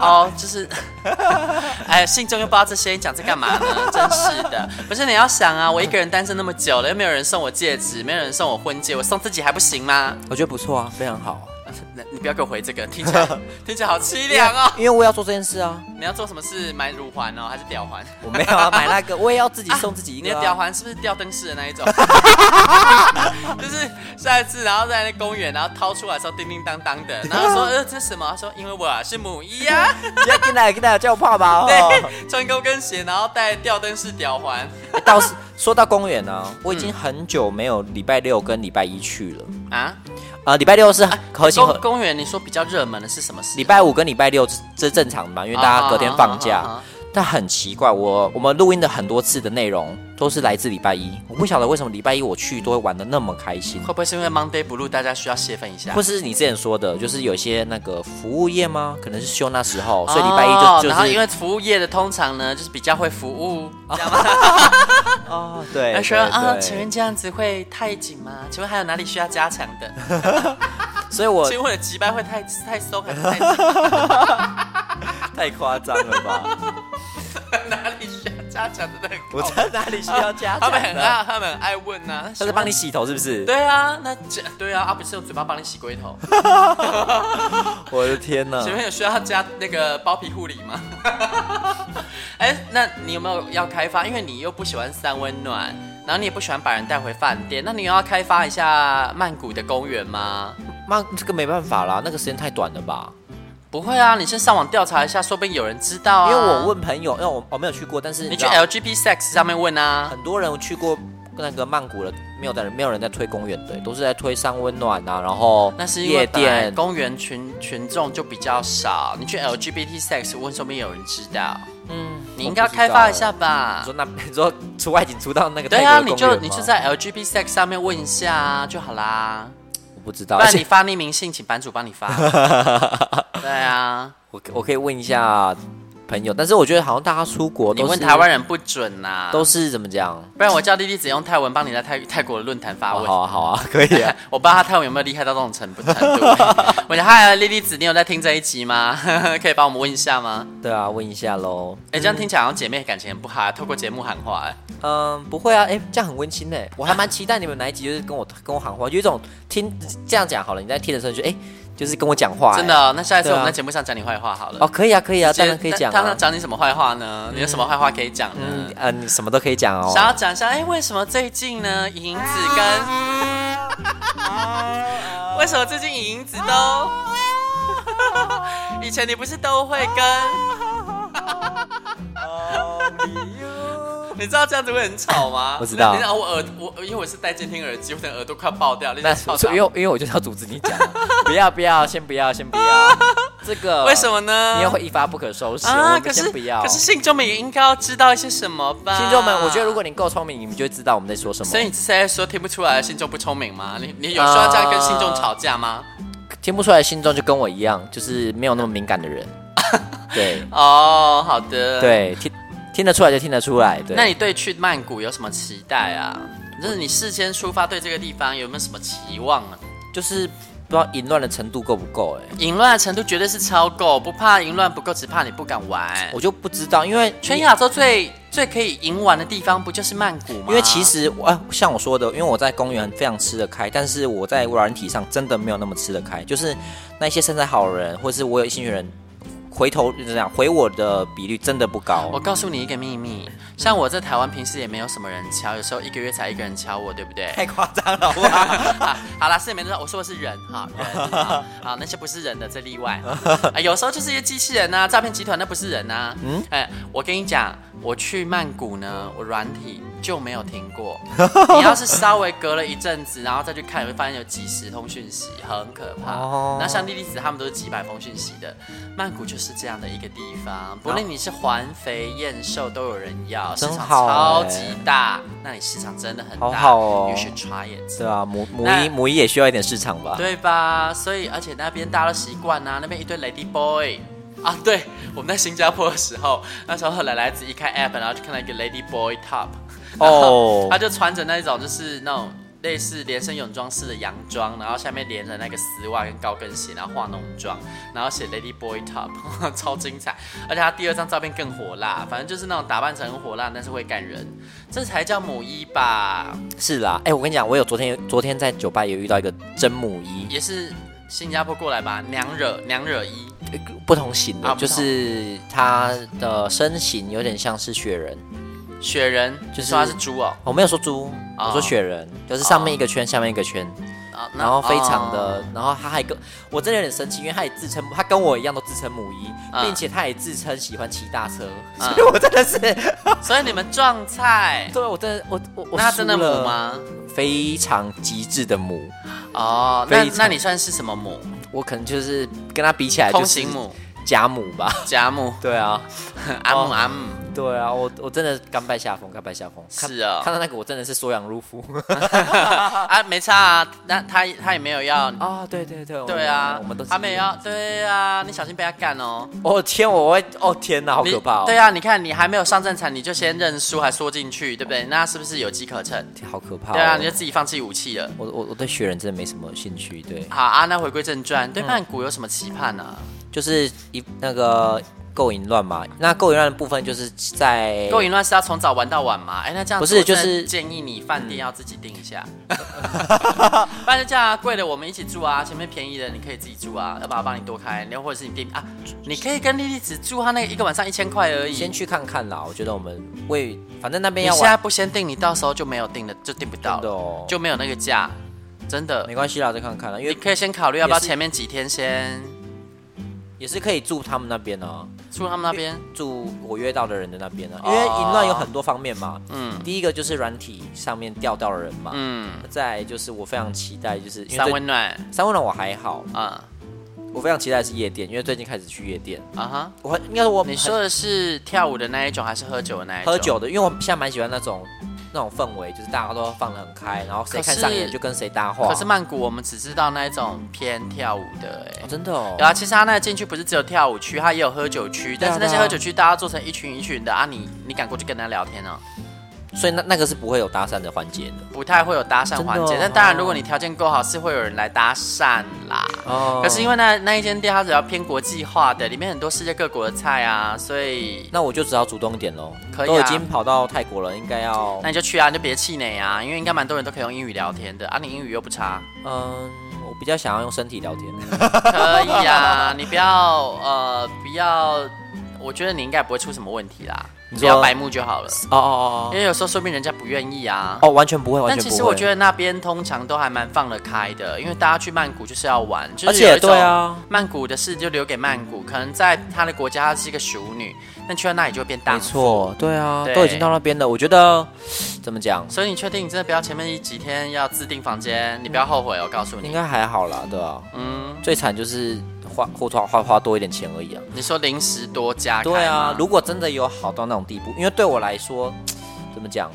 [SPEAKER 4] 哦，就是，哎，信中又不知道这些，你讲这干嘛呢？真是的，不是你要想啊，我一个人单身那么久了，又没有人送我戒指，没有人送我婚戒，我送自己还不行吗？
[SPEAKER 1] 我觉得不错啊，非常好。
[SPEAKER 4] 那你不要给我回这个，听起 来听起来好凄凉哦。
[SPEAKER 1] 因为我要做这件事啊，
[SPEAKER 4] 你要做什么事？买乳环哦，还是吊环？
[SPEAKER 1] 我没有啊，买那个我也要自己送自己一
[SPEAKER 4] 你
[SPEAKER 1] 个、啊。
[SPEAKER 4] 的吊环是不是吊灯式的那一种？ 就是下一次，然后在那公园，然后掏出来的时候叮叮当当的，然后说呃这是什么？他说因为我是母一呀、啊。
[SPEAKER 1] 要进来进来，叫我爸爸哦。
[SPEAKER 4] 对，穿高跟鞋，然后戴吊灯式吊环。
[SPEAKER 1] 倒是说到公园呢、啊，我已经很久没有礼拜六跟礼拜一去了。
[SPEAKER 4] 啊，
[SPEAKER 1] 啊，礼拜六是核心
[SPEAKER 4] 公
[SPEAKER 1] 和
[SPEAKER 4] 公园，你说比较热门的是什么事？
[SPEAKER 1] 礼拜五跟礼拜六这这正常的嘛，因为大家隔天放假。
[SPEAKER 4] 啊啊啊啊
[SPEAKER 1] 但很奇怪，我我们录音的很多次的内容都是来自礼拜一，我不晓得为什么礼拜一我去都会玩的那么开心。
[SPEAKER 4] 会不啊会是因为 Monday Blue 大家需要泄愤一下？
[SPEAKER 1] 或
[SPEAKER 4] 是，
[SPEAKER 1] 是你之前说的，就是有些那个服务业吗？可能是休那时候，所以礼拜一就、就
[SPEAKER 4] 哦然后
[SPEAKER 1] 是
[SPEAKER 4] 因为服务业的通常呢，就是比较会服 务，这样吗？
[SPEAKER 1] 哦，对，
[SPEAKER 4] 他说
[SPEAKER 1] 对
[SPEAKER 4] 啊，
[SPEAKER 1] 对
[SPEAKER 4] 请问这样子会太紧吗？请问还有哪里需要加强的？
[SPEAKER 1] 所以我
[SPEAKER 4] 请问我的击败会太太松还是太紧？
[SPEAKER 1] 太夸张了 吧？
[SPEAKER 4] 哪里需要加强的那个？
[SPEAKER 1] 我在哪里需要加强
[SPEAKER 4] 他们很
[SPEAKER 1] 的？
[SPEAKER 4] 爱，他们很爱问呐、啊。
[SPEAKER 1] 他在帮你洗头是不是？，
[SPEAKER 4] 对啊，那这对啊，啊不是用嘴巴帮你洗龟头。
[SPEAKER 1] 我的天哪！
[SPEAKER 4] 请问有需要加那个包皮护理吗？ 哎、那你有没有要开发？因为你又不喜欢三温暖，然后你也不喜欢把人带回饭店，那你有要开发一下曼谷的公园吗？
[SPEAKER 1] 妈，这个没办法啦，那个时间太短了吧？
[SPEAKER 4] 不会啊，你先上网调查一下，说不定有人知道
[SPEAKER 1] 因
[SPEAKER 4] 啊。
[SPEAKER 1] 为我问朋友，因为我我没有去过，但是
[SPEAKER 4] 你
[SPEAKER 1] 知
[SPEAKER 4] 去
[SPEAKER 1] 道
[SPEAKER 4] LGP Sex 上面问啊，
[SPEAKER 1] 很多人去过那个曼谷了，没有的人没有人在推公园的，都是在推上温暖啊，然后
[SPEAKER 4] 那是因为
[SPEAKER 1] 夜
[SPEAKER 4] 本来
[SPEAKER 1] 店。
[SPEAKER 4] 公园群群众就比较少，你去 LGBT sex 问说不定有人知道，嗯，你应该要开发一下
[SPEAKER 1] 你
[SPEAKER 4] 吧
[SPEAKER 1] 说。那你说出外景出到那个
[SPEAKER 4] 对
[SPEAKER 1] 泰
[SPEAKER 4] 啊，
[SPEAKER 1] 国的
[SPEAKER 4] 你
[SPEAKER 1] 公园
[SPEAKER 4] 就
[SPEAKER 1] 吗
[SPEAKER 4] 你就在 LGBT sex 上面问一下啊就好啦，
[SPEAKER 1] 我不知
[SPEAKER 4] 不
[SPEAKER 1] 道，而
[SPEAKER 4] 然你
[SPEAKER 1] 且
[SPEAKER 4] 发匿名信，请版主帮 你发。对啊，
[SPEAKER 1] 我我可以问一下朋友，但是我觉得好像大家出国都
[SPEAKER 4] 你
[SPEAKER 1] 是
[SPEAKER 4] 问台湾人不准呐、
[SPEAKER 1] 都是怎么讲？
[SPEAKER 4] 不然我叫弟弟只用泰文帮你在泰泰国的论坛发
[SPEAKER 1] 好
[SPEAKER 4] 问。
[SPEAKER 1] 啊好啊好啊， 可以啊。
[SPEAKER 4] 我不知道他泰文有没有厉害到这种程度。 我想，嗨，莉莉子，你有在听这一集吗？ 可以帮我们问一下吗？
[SPEAKER 1] 对啊，问一下喽。
[SPEAKER 4] 哎、这样听起来好像姐妹感情很不好，透过节目喊话、哎
[SPEAKER 1] 嗯，不会啊，哎、这样很温馨呢。我还蛮期待你们哪一集就是跟我跟我喊话，有一种听这样讲好了，你在听的时候就哎、就是跟我讲话、哎
[SPEAKER 4] 真的哦、那下一次
[SPEAKER 1] 对啊
[SPEAKER 4] 我们在节目上讲你坏话好了。
[SPEAKER 1] 哦，可以啊，可以啊，
[SPEAKER 4] 姐
[SPEAKER 1] 当然可以讲
[SPEAKER 4] 他他
[SPEAKER 1] 啊。
[SPEAKER 4] 讲你什么坏话呢？你有什么坏话可以讲呢？
[SPEAKER 1] 嗯呃，你什么都可以讲哦。嗯
[SPEAKER 4] 想要讲一下，哎、为什么最近呢，银子跟 为什么最近银子 都，以前你不是都会 跟，你知道这样子会很吵吗？
[SPEAKER 1] 我知道
[SPEAKER 4] 你知道我耳我因为我是戴监听耳机，我的耳朵快爆掉，那
[SPEAKER 1] 那
[SPEAKER 4] 吵
[SPEAKER 1] 所以因为因为我就是要阻止你讲啊，不要不要，先不要先不要，这个
[SPEAKER 4] 为什么呢？
[SPEAKER 1] 你又会一发不可收拾？我
[SPEAKER 4] 啊，可
[SPEAKER 1] 们
[SPEAKER 4] 是
[SPEAKER 1] 先不要。
[SPEAKER 4] 可是信众们也应该要知道一些什么吧？
[SPEAKER 1] 听众们，我觉得如果你够聪明，你们就会知道我们在说什么
[SPEAKER 4] 所。以你是在说听不出来信众不聪明吗？你你有需要这样跟信众吵架吗？
[SPEAKER 1] 听不出来，心中就跟我一样，就是没有那么敏感的人。对
[SPEAKER 4] 哦，好的。，
[SPEAKER 1] 对，听听得出来就听得出来。对，
[SPEAKER 4] 那你对去曼谷有什么期待啊？就是你事先出发对这个地方有没有什么期望啊？
[SPEAKER 1] 就是不知道淫乱的程度够不够？哎，
[SPEAKER 4] 淫乱的程度绝对是超够，不怕淫乱不够，只怕你不敢玩
[SPEAKER 1] 我。就不知道，因为
[SPEAKER 4] 全亚洲最最可以淫玩的地方不就是曼谷吗？
[SPEAKER 1] 因为其实我啊，像我说的，因为我在公园非常吃得开，但是我在软体上真的没有那么吃得开。就是那些身材好的人，或是我有兴趣的人，回头就是这样回我的比率真的不高
[SPEAKER 4] 我。告诉你一个秘密，像我在台湾平时也没有什么人敲，有时候一个月才一个人敲我，对不对？
[SPEAKER 1] 太夸张了，好 不好？
[SPEAKER 4] 啊，好啦，是没错，我说的是人哈，人哈，好，那些不是人的这例外啊，有时候就是一些机器人呐、啊诈骗集团那不是人呐、嗯，哎、我跟你讲，我去曼谷呢，我软体就没有停过。你要是稍微隔了一阵子，然后再去看，你会发现有几十通讯息，很可怕。
[SPEAKER 1] 哦
[SPEAKER 4] 那像莉莉子他们都是几百封讯息的，曼谷就是这样的一个地方，不论你是环肥燕瘦都有人要，市
[SPEAKER 1] 真
[SPEAKER 4] 场
[SPEAKER 1] 好
[SPEAKER 4] 超
[SPEAKER 1] 哎
[SPEAKER 4] 级大，那里市场真的很大，
[SPEAKER 1] 好好哦
[SPEAKER 4] You should try it。
[SPEAKER 1] 对啊，母母
[SPEAKER 4] 那
[SPEAKER 1] 一母一也需要一点市场吧？
[SPEAKER 4] 对吧？所以而且那边大家都习惯啊，那边一堆 lady boy 啊，对，我们在新加坡的时候，那时候来来子一开 app，然后就看到一个 lady boy top，然后
[SPEAKER 1] 哦
[SPEAKER 4] 他就穿着那种就是那种。类似连身泳装式的洋装，然后下面连着那个丝袜跟高跟鞋，然后化浓妆，然后写 Lady Boy Top，超 精彩。而且他第二张照片更火辣，反正就是那种打扮成很火辣，但是会感人，这才叫母一吧？
[SPEAKER 1] 是啦，哎、我跟你讲，我有昨天昨天在酒吧也遇到一个真母一，
[SPEAKER 4] 也是新加坡过来吧，娘惹娘惹一。
[SPEAKER 1] 呃不同型的，
[SPEAKER 4] 啊不
[SPEAKER 1] 就
[SPEAKER 4] 同
[SPEAKER 1] 是他的身形有点像是雪人。
[SPEAKER 4] 雪人，
[SPEAKER 1] 就是
[SPEAKER 4] 你说他是猪哦，
[SPEAKER 1] 我没有说猪，
[SPEAKER 4] 哦
[SPEAKER 1] 我说雪人，就是上面一个圈，下面一个圈。
[SPEAKER 4] 啊那
[SPEAKER 1] 然后非常
[SPEAKER 4] 哦
[SPEAKER 1] 的，然后他还跟我真的有点生气，因为他也自称他跟我一样都自称母一，
[SPEAKER 4] 嗯
[SPEAKER 1] 并且他也自称喜欢骑大车，
[SPEAKER 4] 嗯
[SPEAKER 1] 所以我真的 是，
[SPEAKER 4] 所以你们 撞菜，
[SPEAKER 1] 对我真的我我我
[SPEAKER 4] 那他真的
[SPEAKER 1] 输了
[SPEAKER 4] 母？吗？
[SPEAKER 1] 非常极致的母，
[SPEAKER 4] 哦，那
[SPEAKER 1] 非常
[SPEAKER 4] 那你算是什么母？
[SPEAKER 1] 我可能就是跟他比起来就
[SPEAKER 4] 空
[SPEAKER 1] 是
[SPEAKER 4] 行母、
[SPEAKER 1] 假母吧。
[SPEAKER 4] 甲母、
[SPEAKER 1] 对啊，
[SPEAKER 4] 阿母、阿母，
[SPEAKER 1] 对啊，我我真的甘拜下风，甘拜下风。看
[SPEAKER 4] 是哦
[SPEAKER 1] 看到那个我真的是缩阳入 腹
[SPEAKER 4] 啊，没差啊，那他他也没有要。
[SPEAKER 1] 啊！对对对，
[SPEAKER 4] 对啊，
[SPEAKER 1] 我们都是
[SPEAKER 4] 他没有要，对啊，你小心被他干哦，
[SPEAKER 1] 哦天，我会哦天哪，好
[SPEAKER 4] 你
[SPEAKER 1] 可怕哦！
[SPEAKER 4] 对啊，你看你还没有上战场，你就先认输，还缩进去，对不对？那是不是有机可乘？
[SPEAKER 1] 好可怕哦。
[SPEAKER 4] 对啊，你就自己放弃武器了。
[SPEAKER 1] 我我我对雪人真的没什么兴趣，对。
[SPEAKER 4] 好啊，那回归正传，
[SPEAKER 1] 嗯
[SPEAKER 4] 对曼谷有什么期盼呢、啊？
[SPEAKER 1] 就是一那个够淫乱嘛。那够淫乱的部分就是在
[SPEAKER 4] 够淫乱是要从早玩到晚嘛？哎、那这样子
[SPEAKER 1] 不是
[SPEAKER 4] 我真的
[SPEAKER 1] 就是
[SPEAKER 4] 建议你饭店要自己订一 下，不然就这样啊，贵的我们一起住啊，前面便宜的你可以自己住啊，要不然我帮你多开，然后或者是你订啊，你可以跟莉莉只住，她那个一个晚上一千块而已。
[SPEAKER 1] 先去看看啦。我觉得我们为反正那
[SPEAKER 4] 你
[SPEAKER 1] 边要
[SPEAKER 4] 现在
[SPEAKER 1] 玩
[SPEAKER 4] 不先订，你到时候就没有订的，就订不到
[SPEAKER 1] 真的
[SPEAKER 4] 了，
[SPEAKER 1] 哦，
[SPEAKER 4] 就没有那个价，真的
[SPEAKER 1] 没。关系啦，再看看啦。因
[SPEAKER 4] 你
[SPEAKER 1] 为
[SPEAKER 4] 可以先考虑要不要
[SPEAKER 1] 也是
[SPEAKER 4] 前面几天先
[SPEAKER 1] 也是可以住他们那边啊，
[SPEAKER 4] 住他们那边，
[SPEAKER 1] 住我约到的人的那边啊，
[SPEAKER 4] 哦
[SPEAKER 1] 因为淫乱有很多方面嘛。
[SPEAKER 4] 嗯
[SPEAKER 1] 第一个就是软体上面钓到的人嘛，
[SPEAKER 4] 嗯，
[SPEAKER 1] 再来就是我非常期待，就是因为
[SPEAKER 4] 三
[SPEAKER 1] 最
[SPEAKER 4] 温暖
[SPEAKER 1] 三温暖我还好，
[SPEAKER 4] 啊
[SPEAKER 1] 我非常期待的是夜店，因为最近开始去夜店，
[SPEAKER 4] 啊哈。
[SPEAKER 1] 我很应该说我
[SPEAKER 4] 你
[SPEAKER 1] 很
[SPEAKER 4] 说的是跳舞的那一种，还是喝酒的那一种？
[SPEAKER 1] 喝酒的，因为我现在蛮喜欢那种那种氛围，就是大家都放得很开，然后谁
[SPEAKER 4] 可
[SPEAKER 1] 看
[SPEAKER 4] 是
[SPEAKER 1] 上眼就跟谁搭话。
[SPEAKER 4] 可是曼谷我们只知道那一种偏跳舞的、欸，
[SPEAKER 1] 哦真的哦，
[SPEAKER 4] 然后其实他那个进去不是只有跳舞区，他也有喝酒区，
[SPEAKER 1] 对
[SPEAKER 4] 但
[SPEAKER 1] 啊
[SPEAKER 4] 是那些
[SPEAKER 1] 对啊
[SPEAKER 4] 喝酒区大家做成一群一群的啊你，你敢过去跟他聊天哦？
[SPEAKER 1] 所以那那个是不会有搭讪的环节的。
[SPEAKER 4] 不太会有搭讪环节
[SPEAKER 1] 真的哦。
[SPEAKER 4] 但当然，如果你条件够好，是会有人来搭讪啦。
[SPEAKER 1] 哦
[SPEAKER 4] 可是因为那那一间店它比较偏国际化的，里面很多世界各国的菜啊，所以
[SPEAKER 1] 那我就只好主动一点喽。
[SPEAKER 4] 可以
[SPEAKER 1] 都
[SPEAKER 4] 啊
[SPEAKER 1] 已经跑到泰国了，应该要
[SPEAKER 4] 那你就去啊，你就别气馁啊，因为应该蛮多人都可以用英语聊天的啊，你英语又不差，
[SPEAKER 1] 嗯，我比较想要用身体 聊天。
[SPEAKER 4] 可以啊， 你不要呃不要，我觉得你应该不会出什么问题啦，
[SPEAKER 1] 你
[SPEAKER 4] 不要
[SPEAKER 1] 说
[SPEAKER 4] 白目就好了，
[SPEAKER 1] 哦哦
[SPEAKER 4] 因为有时候说不定人家不愿意啊
[SPEAKER 1] 哦。哦，完全不会，完
[SPEAKER 4] 但
[SPEAKER 1] 全不
[SPEAKER 4] 其
[SPEAKER 1] 会。
[SPEAKER 4] 实我觉得那边通常都还蛮放得开的，因为大家去曼谷就是要玩，就
[SPEAKER 1] 而
[SPEAKER 4] 是有
[SPEAKER 1] 且
[SPEAKER 4] 一种
[SPEAKER 1] 对啊，
[SPEAKER 4] 曼谷的事就留给曼谷，可能在他的国家她是一个熟女，那去到那里就会变荡
[SPEAKER 1] 没
[SPEAKER 4] 妇。
[SPEAKER 1] 错，对啊，
[SPEAKER 4] 对
[SPEAKER 1] 都已经到那边了，我觉得怎么讲，
[SPEAKER 4] 所以你确定你真的不要前面几天要自订房间，你不要后悔哦，我告诉
[SPEAKER 1] 应
[SPEAKER 4] 你。
[SPEAKER 1] 该还好啦，对吧、
[SPEAKER 4] 嗯，
[SPEAKER 1] 最惨就是花或花花花多一点钱而已啊。
[SPEAKER 4] 你说临时多加开吗
[SPEAKER 1] 对啊，如果真的有好到那种地步，因为对我来说，怎么讲，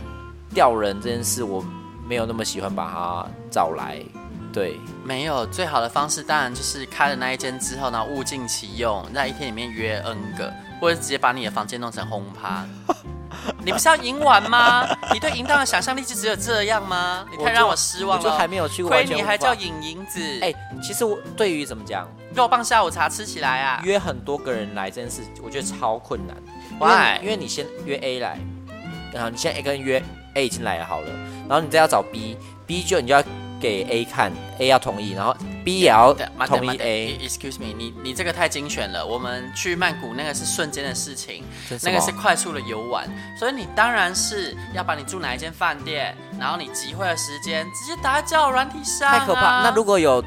[SPEAKER 1] 吊人这件事我没有那么喜欢把它找来。对，
[SPEAKER 4] 没有最好的方式，当然就是开了那一间之后，然后物尽其用，在一天里面约 N 个，或者直接把你的房间弄成轰趴。 你不是要赢完吗？你对淫荡的想象力就只有这样吗？你太让我失望
[SPEAKER 1] 我
[SPEAKER 4] 了。
[SPEAKER 1] 就还没有去过，
[SPEAKER 4] 亏
[SPEAKER 1] 完全
[SPEAKER 4] 你
[SPEAKER 1] 无
[SPEAKER 4] 还
[SPEAKER 1] 法
[SPEAKER 4] 叫影影子？哎、
[SPEAKER 1] 哎、其实我对于怎么讲，
[SPEAKER 4] 肉棒下午茶吃起来啊！
[SPEAKER 1] 约很多个人来这件事，我觉得超困难。因
[SPEAKER 4] Why？
[SPEAKER 1] 为因为你先约 A 来，然后你现在 A 跟约 A 已经来了好了，然后你再要找 B，B 就你就要给 A 看，A 要同意，然后 B 也要
[SPEAKER 4] 对马德
[SPEAKER 1] 同
[SPEAKER 4] 马
[SPEAKER 1] 意
[SPEAKER 4] 德
[SPEAKER 1] A。
[SPEAKER 4] Excuse me，你你这个太精选了。我们去曼谷那个是瞬间的事情，
[SPEAKER 1] 这是
[SPEAKER 4] 那个
[SPEAKER 1] 什
[SPEAKER 4] 是
[SPEAKER 1] 么
[SPEAKER 4] 快速的游玩，所以你当然是要把你住哪一间饭店，然后你集会的时间直接打在交友软体上、啊，
[SPEAKER 1] 太可怕。那如果有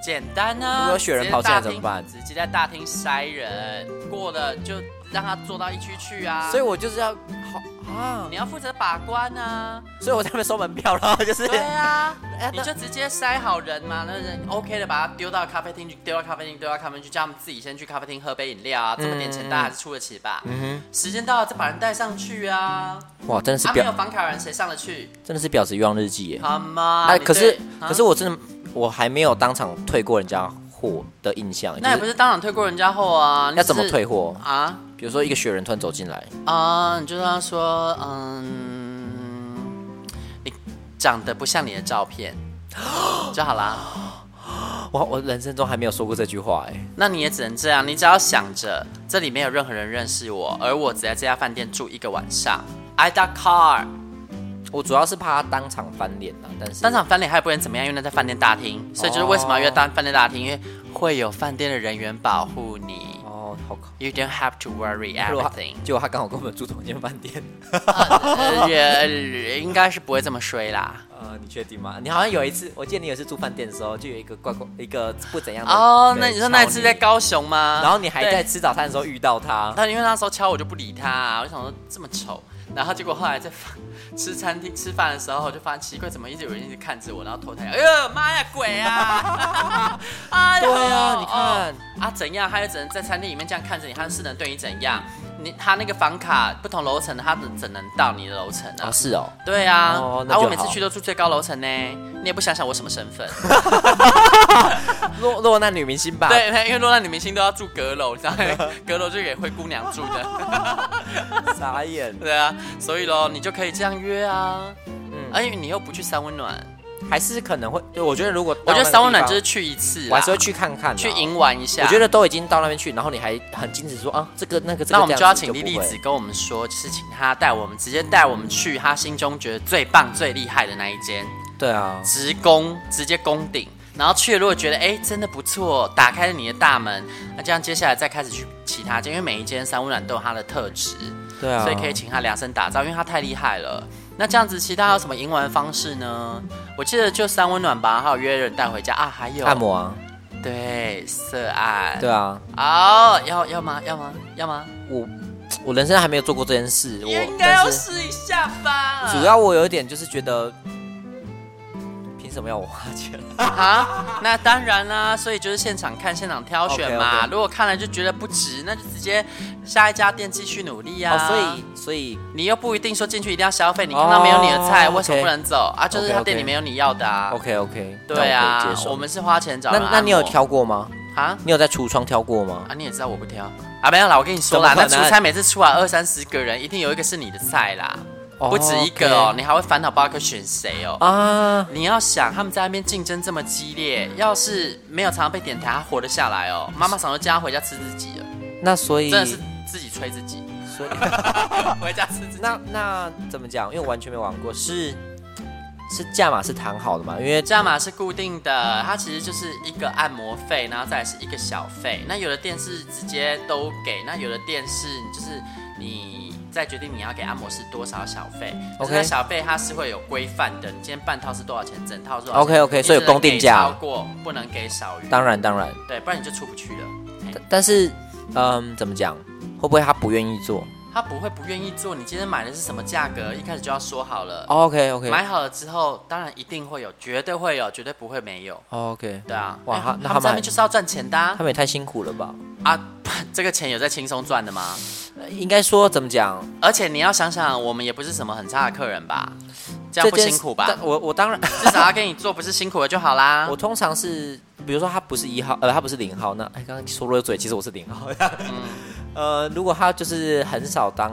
[SPEAKER 4] 简单啊，
[SPEAKER 1] 如果有雪人跑进来怎么办
[SPEAKER 4] 直接大厅直接在大厅筛人，过了就让他坐到一区去啊。
[SPEAKER 1] 所以我就是要好啊，
[SPEAKER 4] 你要负责把关啊，
[SPEAKER 1] 所以我在那边收门票了， 就是
[SPEAKER 4] 对啊，
[SPEAKER 1] 哎
[SPEAKER 4] 你
[SPEAKER 1] 那
[SPEAKER 4] 就直接筛好人嘛，那人 OK 的，把他丢到咖啡厅去，丢到咖啡厅，丢到咖啡厅去，叫他们自己先去咖啡厅喝杯饮料啊，这么点钱大家还是出得起吧？
[SPEAKER 1] 嗯
[SPEAKER 4] 时间到了再把人带上去啊，
[SPEAKER 1] 哼，哇，真的是
[SPEAKER 4] 啊没有
[SPEAKER 1] 婊，
[SPEAKER 4] 房卡人谁上得去？
[SPEAKER 1] 真的是婊子欲望日记耶。
[SPEAKER 4] 好吗？
[SPEAKER 1] 哎，
[SPEAKER 4] 你
[SPEAKER 1] 可是
[SPEAKER 4] 对啊
[SPEAKER 1] 可是我真的我还没有当场退过人家货的印象，
[SPEAKER 4] 那也
[SPEAKER 1] 就
[SPEAKER 4] 不是当场退过人家后啊，你
[SPEAKER 1] 要怎么
[SPEAKER 4] 只是
[SPEAKER 1] 退货？
[SPEAKER 4] 啊？
[SPEAKER 1] 比如说一个雪人突然走进来，
[SPEAKER 4] 啊，你就跟他说，嗯，你长得不像你的照 片就好啦。
[SPEAKER 1] 我我人生中还没有说过这句话哎，
[SPEAKER 4] 那你也只能这样，你只要想着这里没有任何人认识我，而我只在这家饭店住一个晚上。I d o car，
[SPEAKER 1] 我主要是怕他当场翻脸啊，但是
[SPEAKER 4] 当场翻脸还不能怎么样，因为那在饭店大厅，所以就是为什么要约当饭店大厅，因为会有饭店的人员保护你。
[SPEAKER 1] 哦好可。
[SPEAKER 4] You don't have to worry
[SPEAKER 1] 如果他
[SPEAKER 4] everything。
[SPEAKER 1] 结果他刚好跟我们住同一间饭店，
[SPEAKER 4] 呃也应该是不会这么衰啦。
[SPEAKER 1] 呃，你确定吗？你好像有一次，我记得你有一次住饭店的时候，就有一个怪怪，一个不怎样的
[SPEAKER 4] 哦，
[SPEAKER 1] 对
[SPEAKER 4] 那你说那一
[SPEAKER 1] 敲
[SPEAKER 4] 次在高雄吗？
[SPEAKER 1] 然后你还
[SPEAKER 4] 对
[SPEAKER 1] 在吃早餐的时候遇到他，
[SPEAKER 4] 那因为那时候敲我就不理他、啊，我就想说这么丑，然后结果后来在饭吃餐厅吃饭的时候，我就发现奇怪，怎么一直有人一直看着我，然后偷看，哎呦妈呀鬼 啊！哎呦
[SPEAKER 1] 对啊你看
[SPEAKER 4] 哦啊怎样，他就只能在餐厅里面这样看着你，他是能对你怎样？你他那个房卡不同楼层，他只只能到你的楼层啊
[SPEAKER 1] 啊，。是哦，
[SPEAKER 4] 对啊，
[SPEAKER 1] 哦那
[SPEAKER 4] 啊
[SPEAKER 1] 就
[SPEAKER 4] 我每次
[SPEAKER 1] 好
[SPEAKER 4] 去都住最高楼层呢，你也不想想我什么身 份？
[SPEAKER 1] 落落难女明星吧？，
[SPEAKER 4] 对，因为落难女明星都要住阁楼，你知道吗， 阁楼就给灰姑娘住的。
[SPEAKER 1] 傻眼，
[SPEAKER 4] 对啊，所以咯，你就可以这样约啊。嗯，而且你又不去三温暖，
[SPEAKER 1] 还是可能会，对我觉得如果
[SPEAKER 4] 我
[SPEAKER 1] 到
[SPEAKER 4] 觉
[SPEAKER 1] 那
[SPEAKER 4] 得
[SPEAKER 1] 个
[SPEAKER 4] 三温暖
[SPEAKER 1] 地
[SPEAKER 4] 就是
[SPEAKER 1] 方，
[SPEAKER 4] 去一次啦，
[SPEAKER 1] 我还是会去看看啊，
[SPEAKER 4] 去赢玩一下。
[SPEAKER 1] 我觉得都已经到那边去，然后你还很矜持说啊，这个那个，这个
[SPEAKER 4] 那我们
[SPEAKER 1] 这
[SPEAKER 4] 就要
[SPEAKER 1] 样子
[SPEAKER 4] 请莉莉
[SPEAKER 1] 不会
[SPEAKER 4] 子跟我们说，就是请她带我们直接带我们去她心中觉得最棒、最厉害的那一间，
[SPEAKER 1] 对啊，
[SPEAKER 4] 直攻，直接攻顶。然后去了，如果觉得哎真的不错，打开了你的大门，那这样接下来再开始去其他间，因为每一间三温暖都有它的特质。
[SPEAKER 1] 对啊，
[SPEAKER 4] 所以可以请他量身打造，因为他太厉害了。那这样子，其他有什么赢玩方式呢？我记得就三温暖吧，还有约人带回家啊，还有
[SPEAKER 1] 按摩啊，
[SPEAKER 4] 对，涉案。
[SPEAKER 1] 对啊，
[SPEAKER 4] 哦，要要吗？要吗？要吗？
[SPEAKER 1] 我我人生还没有做过这件事，我
[SPEAKER 4] 应该要
[SPEAKER 1] 但是
[SPEAKER 4] 试一下吧。
[SPEAKER 1] 主要我有一点就是觉得，凭什么要我花钱？
[SPEAKER 4] 啊， 那当然啦、所以就是现场看、现场挑选嘛。
[SPEAKER 1] OK，OK
[SPEAKER 4] 如果看了就觉得不值，那就直接下一家店继续努力啊。
[SPEAKER 1] 哦，所以所以
[SPEAKER 4] 你又不一定说进去一定要消费，你看到没有你的菜，
[SPEAKER 1] 哦
[SPEAKER 4] 为什么
[SPEAKER 1] OK
[SPEAKER 4] 不能走啊？就是他
[SPEAKER 1] OK，OK 嗯
[SPEAKER 4] 店里没有你要的啊。
[SPEAKER 1] OK OK，
[SPEAKER 4] 对啊
[SPEAKER 1] 接，受。
[SPEAKER 4] 我们是花钱找
[SPEAKER 1] 那
[SPEAKER 4] 人按摩。
[SPEAKER 1] 那你有挑过吗？
[SPEAKER 4] 啊？
[SPEAKER 1] 你有在橱窗挑过吗？
[SPEAKER 4] 啊，你也知道我不挑啊，没有啦，我跟你说啦，
[SPEAKER 1] 怎
[SPEAKER 4] 那
[SPEAKER 1] 么可能
[SPEAKER 4] 出差每次出来二三十个人，一定有一个是你的菜啦，
[SPEAKER 1] 哦
[SPEAKER 4] 不止一个哦，
[SPEAKER 1] OK
[SPEAKER 4] 你还会烦恼不知道该选谁哦。
[SPEAKER 1] 啊，
[SPEAKER 4] 你要想，他们在那边竞争这么激烈，要是没有常常被点台，他活得下来哦。妈妈常常叫他回家吃自己了，
[SPEAKER 1] 那所以
[SPEAKER 4] 真的是自己吹自己，
[SPEAKER 1] 所以
[SPEAKER 4] 回家吃自己。
[SPEAKER 1] 那那怎么讲？因为我完全没玩过，是是价码是谈好的嘛？因为
[SPEAKER 4] 价码是固定的，它其实就是一个按摩费，然后再来是一个小费。那有的店是直接都给，那有的店是就是你再决定你要给按摩师多少小费。
[SPEAKER 1] OK
[SPEAKER 4] 可是那小费它是会有规范的，你今天半套是多少钱，整套是多少钱
[SPEAKER 1] OK，OK，
[SPEAKER 4] 你
[SPEAKER 1] 所以有
[SPEAKER 4] 只能
[SPEAKER 1] 公定
[SPEAKER 4] 给
[SPEAKER 1] 价
[SPEAKER 4] 超过不能给少于，
[SPEAKER 1] 当然当然，
[SPEAKER 4] 对，不然你就出不去了。
[SPEAKER 1] 但但是嗯，怎么讲？会不会他不愿意做
[SPEAKER 4] 他不会不愿意做。你今天买的是什么价格，一开始就要说好了。
[SPEAKER 1] ？OK 哦 OK
[SPEAKER 4] 买好了之后，当然一定会有，绝对会有，绝对不会没有。
[SPEAKER 1] OK，
[SPEAKER 4] 对啊，
[SPEAKER 1] 哇
[SPEAKER 4] 哎
[SPEAKER 1] 他那
[SPEAKER 4] 他
[SPEAKER 1] 他们
[SPEAKER 4] 们在那
[SPEAKER 1] 还
[SPEAKER 4] 边就是要赚钱的啊
[SPEAKER 1] 他们也太辛苦了吧？
[SPEAKER 4] 啊。 这个钱有在轻松赚的吗？
[SPEAKER 1] 呃应该说怎么讲？
[SPEAKER 4] 而且你要想想，我们也不是什么很差的客人吧？这样不
[SPEAKER 1] 件事
[SPEAKER 4] 辛苦吧
[SPEAKER 1] 但？我我当然，。
[SPEAKER 4] 至少他给你做不是辛苦的就好啦
[SPEAKER 1] 我通常是，比如说他不是一号，呃，他不是零号，那哎，刚刚说漏嘴，其实我是零号。
[SPEAKER 4] 嗯
[SPEAKER 1] 呃，如果他就是很少当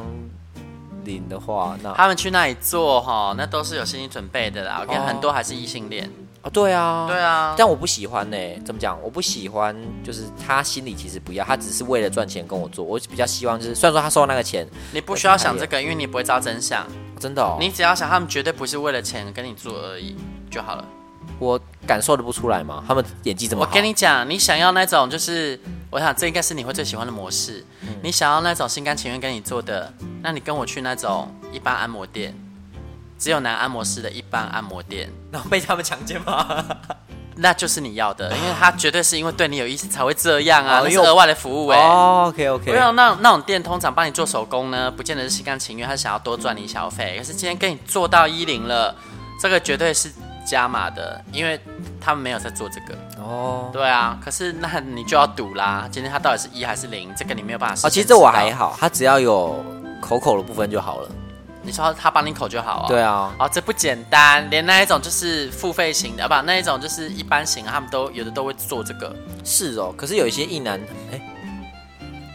[SPEAKER 1] 零的话，那
[SPEAKER 4] 他们去那里做哈，那都是有心理准备的啦。我跟你讲
[SPEAKER 1] 哦
[SPEAKER 4] 很多还是异性恋。
[SPEAKER 1] 哦，对啊，
[SPEAKER 4] 对啊，
[SPEAKER 1] 但我不喜欢呢、欸怎么讲？我不喜欢，就是他心里其实不要，他只是为了赚钱跟我做。我比较希望就是，虽然说他收到那个钱，
[SPEAKER 4] 你不需要想这个，因为你不会知道真相。
[SPEAKER 1] 真的、哦，
[SPEAKER 4] 你只要想，他们绝对不是为了钱跟你做而已就好了。
[SPEAKER 1] 我感受的不出来吗？他们演技怎么
[SPEAKER 4] 我
[SPEAKER 1] 好？
[SPEAKER 4] 跟你讲，你想要那种就是，我想这应该是你会最喜欢的模式。
[SPEAKER 1] 嗯
[SPEAKER 4] 你想要那种心甘情愿跟你做的，那你跟我去那种一般按摩店，只有男按摩师的一般按摩店，
[SPEAKER 1] 然后被他们强奸 吗？
[SPEAKER 4] 那就是你 要的，因为他绝对是因为对你有意思才会这样啊，
[SPEAKER 1] 哦
[SPEAKER 4] 那是
[SPEAKER 1] 因为我
[SPEAKER 4] 额外的服务哎、
[SPEAKER 1] 哦，OK
[SPEAKER 4] 不要
[SPEAKER 1] OK，
[SPEAKER 4] 那那种店通常帮你做手工呢，不见得是心甘情愿，他是想要多赚你小费。可是今天跟你做到一零了，这个绝对是加码的，因为他们没有在做这个。
[SPEAKER 1] 哦。
[SPEAKER 4] 对啊，可是那你就要赌啦，今天他到底是一还是零，这个你没有办法事
[SPEAKER 1] 哦，
[SPEAKER 4] 先
[SPEAKER 1] 其实这我还
[SPEAKER 4] 知道。
[SPEAKER 1] 好，他只要有口口的部分就好了。
[SPEAKER 4] 你说他帮你口就好啊、
[SPEAKER 1] 对。啊，
[SPEAKER 4] 哦，这不简单，连那一种就是付费型的，啊不，那一种就是一般型的，他们都有的都会做这个。
[SPEAKER 1] 是哦。可是有一些异男，哎、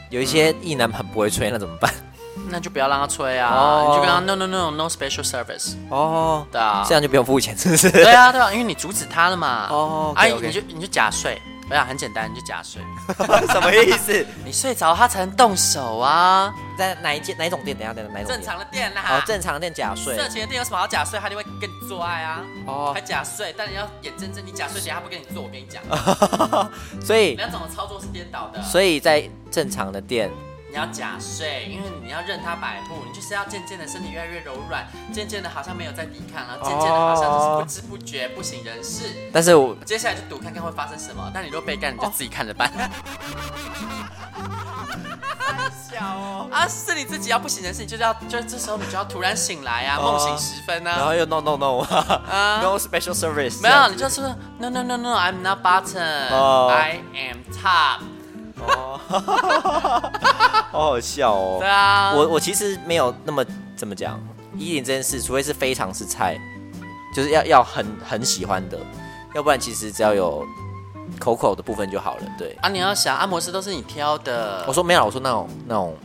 [SPEAKER 1] 有一
[SPEAKER 4] 嗯
[SPEAKER 1] 些异男很不会吹，那怎么 办？
[SPEAKER 4] 那就不要让他吹啊，
[SPEAKER 1] 哦
[SPEAKER 4] 你就跟他 no no no no special service，
[SPEAKER 1] 哦，
[SPEAKER 4] 对啊，
[SPEAKER 1] 这样就不用付钱，是不是？
[SPEAKER 4] 对啊，对啊，因为你阻止他了嘛。
[SPEAKER 1] 哦
[SPEAKER 4] 哎，
[SPEAKER 1] ，OK，OK
[SPEAKER 4] 你就你就假睡，我想很简单，你就假睡，
[SPEAKER 1] 什么意思？
[SPEAKER 4] 你睡着他才能动手啊。
[SPEAKER 1] 在哪一间哪一种店？等一下，等一下，哪一种店
[SPEAKER 4] 正？常的啊店啦、
[SPEAKER 1] 哦，正常的店假睡。
[SPEAKER 4] 色情的店有什么好假睡？他就会跟你做爱啊。
[SPEAKER 1] 哦
[SPEAKER 4] 还假睡，但你要眼睁睁，你假睡，等一下他不跟你 做，我跟你讲，
[SPEAKER 1] 所以，
[SPEAKER 4] 两种的操作是颠倒的。
[SPEAKER 1] 所以在正常的店，
[SPEAKER 4] 你要假睡，因为你要任他摆布，你就是要渐渐的身体越来越柔软，渐渐的好像没有在抵抗，然后渐渐的好
[SPEAKER 1] 哦
[SPEAKER 4] 像就是不知不觉不省人事。
[SPEAKER 1] 但是我
[SPEAKER 4] 接下来就赌看看会发生什么，但你若被干，你就自己看 着办。
[SPEAKER 1] 小哦，
[SPEAKER 4] 啊，是你自己要不省人事，你就是要，就这时候你就要突然醒来啊，
[SPEAKER 1] 哦
[SPEAKER 4] 梦醒时分
[SPEAKER 1] 然后
[SPEAKER 4] 啊。
[SPEAKER 1] 又 no no no
[SPEAKER 4] 啊
[SPEAKER 1] no special service，
[SPEAKER 4] 没有，你
[SPEAKER 1] 这样子
[SPEAKER 4] 就是 no no no no，I'm not bottom，I、
[SPEAKER 1] 哦
[SPEAKER 4] am top。
[SPEAKER 1] 好好笑哦
[SPEAKER 4] 对。啊，
[SPEAKER 1] 我我其实没有那么怎么讲，一零这件事，除非是非常是菜，就是要要很很喜欢的，要不然其实只要有口口的部分就好了。对，
[SPEAKER 4] 啊，你要想按摩师都是你挑的，
[SPEAKER 1] 我说没有，我说那种那种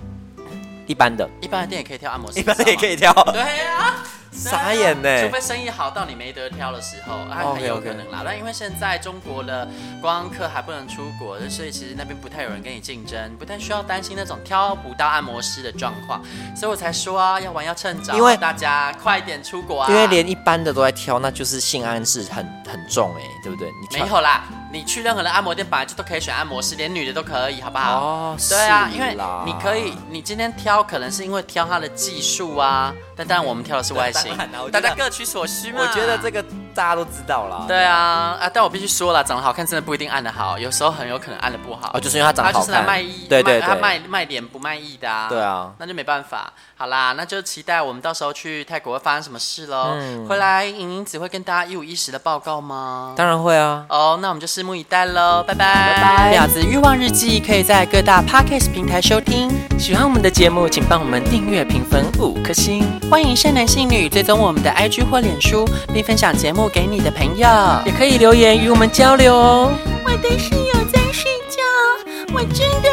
[SPEAKER 1] 一般的，
[SPEAKER 4] 一般的店也可以挑按啊摩师，
[SPEAKER 1] 一般的也可
[SPEAKER 4] 以。
[SPEAKER 1] 以挑。
[SPEAKER 4] 对啊，
[SPEAKER 1] 傻眼欸哦呢、
[SPEAKER 4] 除非生意好到你没得挑的时候，啊，
[SPEAKER 1] OK，
[SPEAKER 4] 很有可
[SPEAKER 1] OK
[SPEAKER 4] 能啦。但因为现在中国的观光客还不能出国，所以其实那边不太有人跟你竞争，不太需要担心那种挑不到按摩师的状况。所以我才说啊，要玩要趁早啊，
[SPEAKER 1] 因为
[SPEAKER 4] 大家快点出国啊，
[SPEAKER 1] 因为连一般的都在挑，那就是性暗示很很重哎、对不对？你
[SPEAKER 4] 没
[SPEAKER 1] 挑
[SPEAKER 4] 有啦，你去任何的按摩店本来就都可以选按摩师，连女的都可以，好不好？
[SPEAKER 1] 哦，
[SPEAKER 4] 对啊，
[SPEAKER 1] 是
[SPEAKER 4] 因为
[SPEAKER 1] 啦
[SPEAKER 4] 你可以，你今天挑可能是因为挑他的技术啊，但当然我们挑的是外形
[SPEAKER 1] 当然啦我，觉
[SPEAKER 4] 大
[SPEAKER 1] 得
[SPEAKER 4] 家各取所需嘛。
[SPEAKER 1] 我觉得这个大家都知道啦。
[SPEAKER 4] 对啊啊！但我必须说了，长得好看真的不一定按的好，有时候很有可能按的不好。
[SPEAKER 1] 哦，就是因为他长
[SPEAKER 4] 他
[SPEAKER 1] 得
[SPEAKER 4] 啊就
[SPEAKER 1] 好
[SPEAKER 4] 是来
[SPEAKER 1] 看，
[SPEAKER 4] 卖艺，
[SPEAKER 1] 对对
[SPEAKER 4] 卖他
[SPEAKER 1] 对，
[SPEAKER 4] 卖卖脸不卖艺的啊。
[SPEAKER 1] 对啊
[SPEAKER 4] 那就没办法。好啦，那就期待我们到时候去泰国会发生什么事喽。
[SPEAKER 1] 嗯
[SPEAKER 4] 回来莹莹只会跟大家一五一十的报告吗？
[SPEAKER 1] 当然会啊。
[SPEAKER 4] 哦，那我们就拭目以待喽，拜拜
[SPEAKER 5] 拜拜
[SPEAKER 4] 婊子欲望日记可以在各大 podcast 平台收听，
[SPEAKER 5] 喜欢我们的节目，请帮我们订阅、评分五颗星，
[SPEAKER 4] 欢迎善男信女追踪我们的 IG 或脸书，并分享节目给你的朋友。
[SPEAKER 5] 也可以留言与我们交流哦。
[SPEAKER 2] 我的室友在睡觉，我真的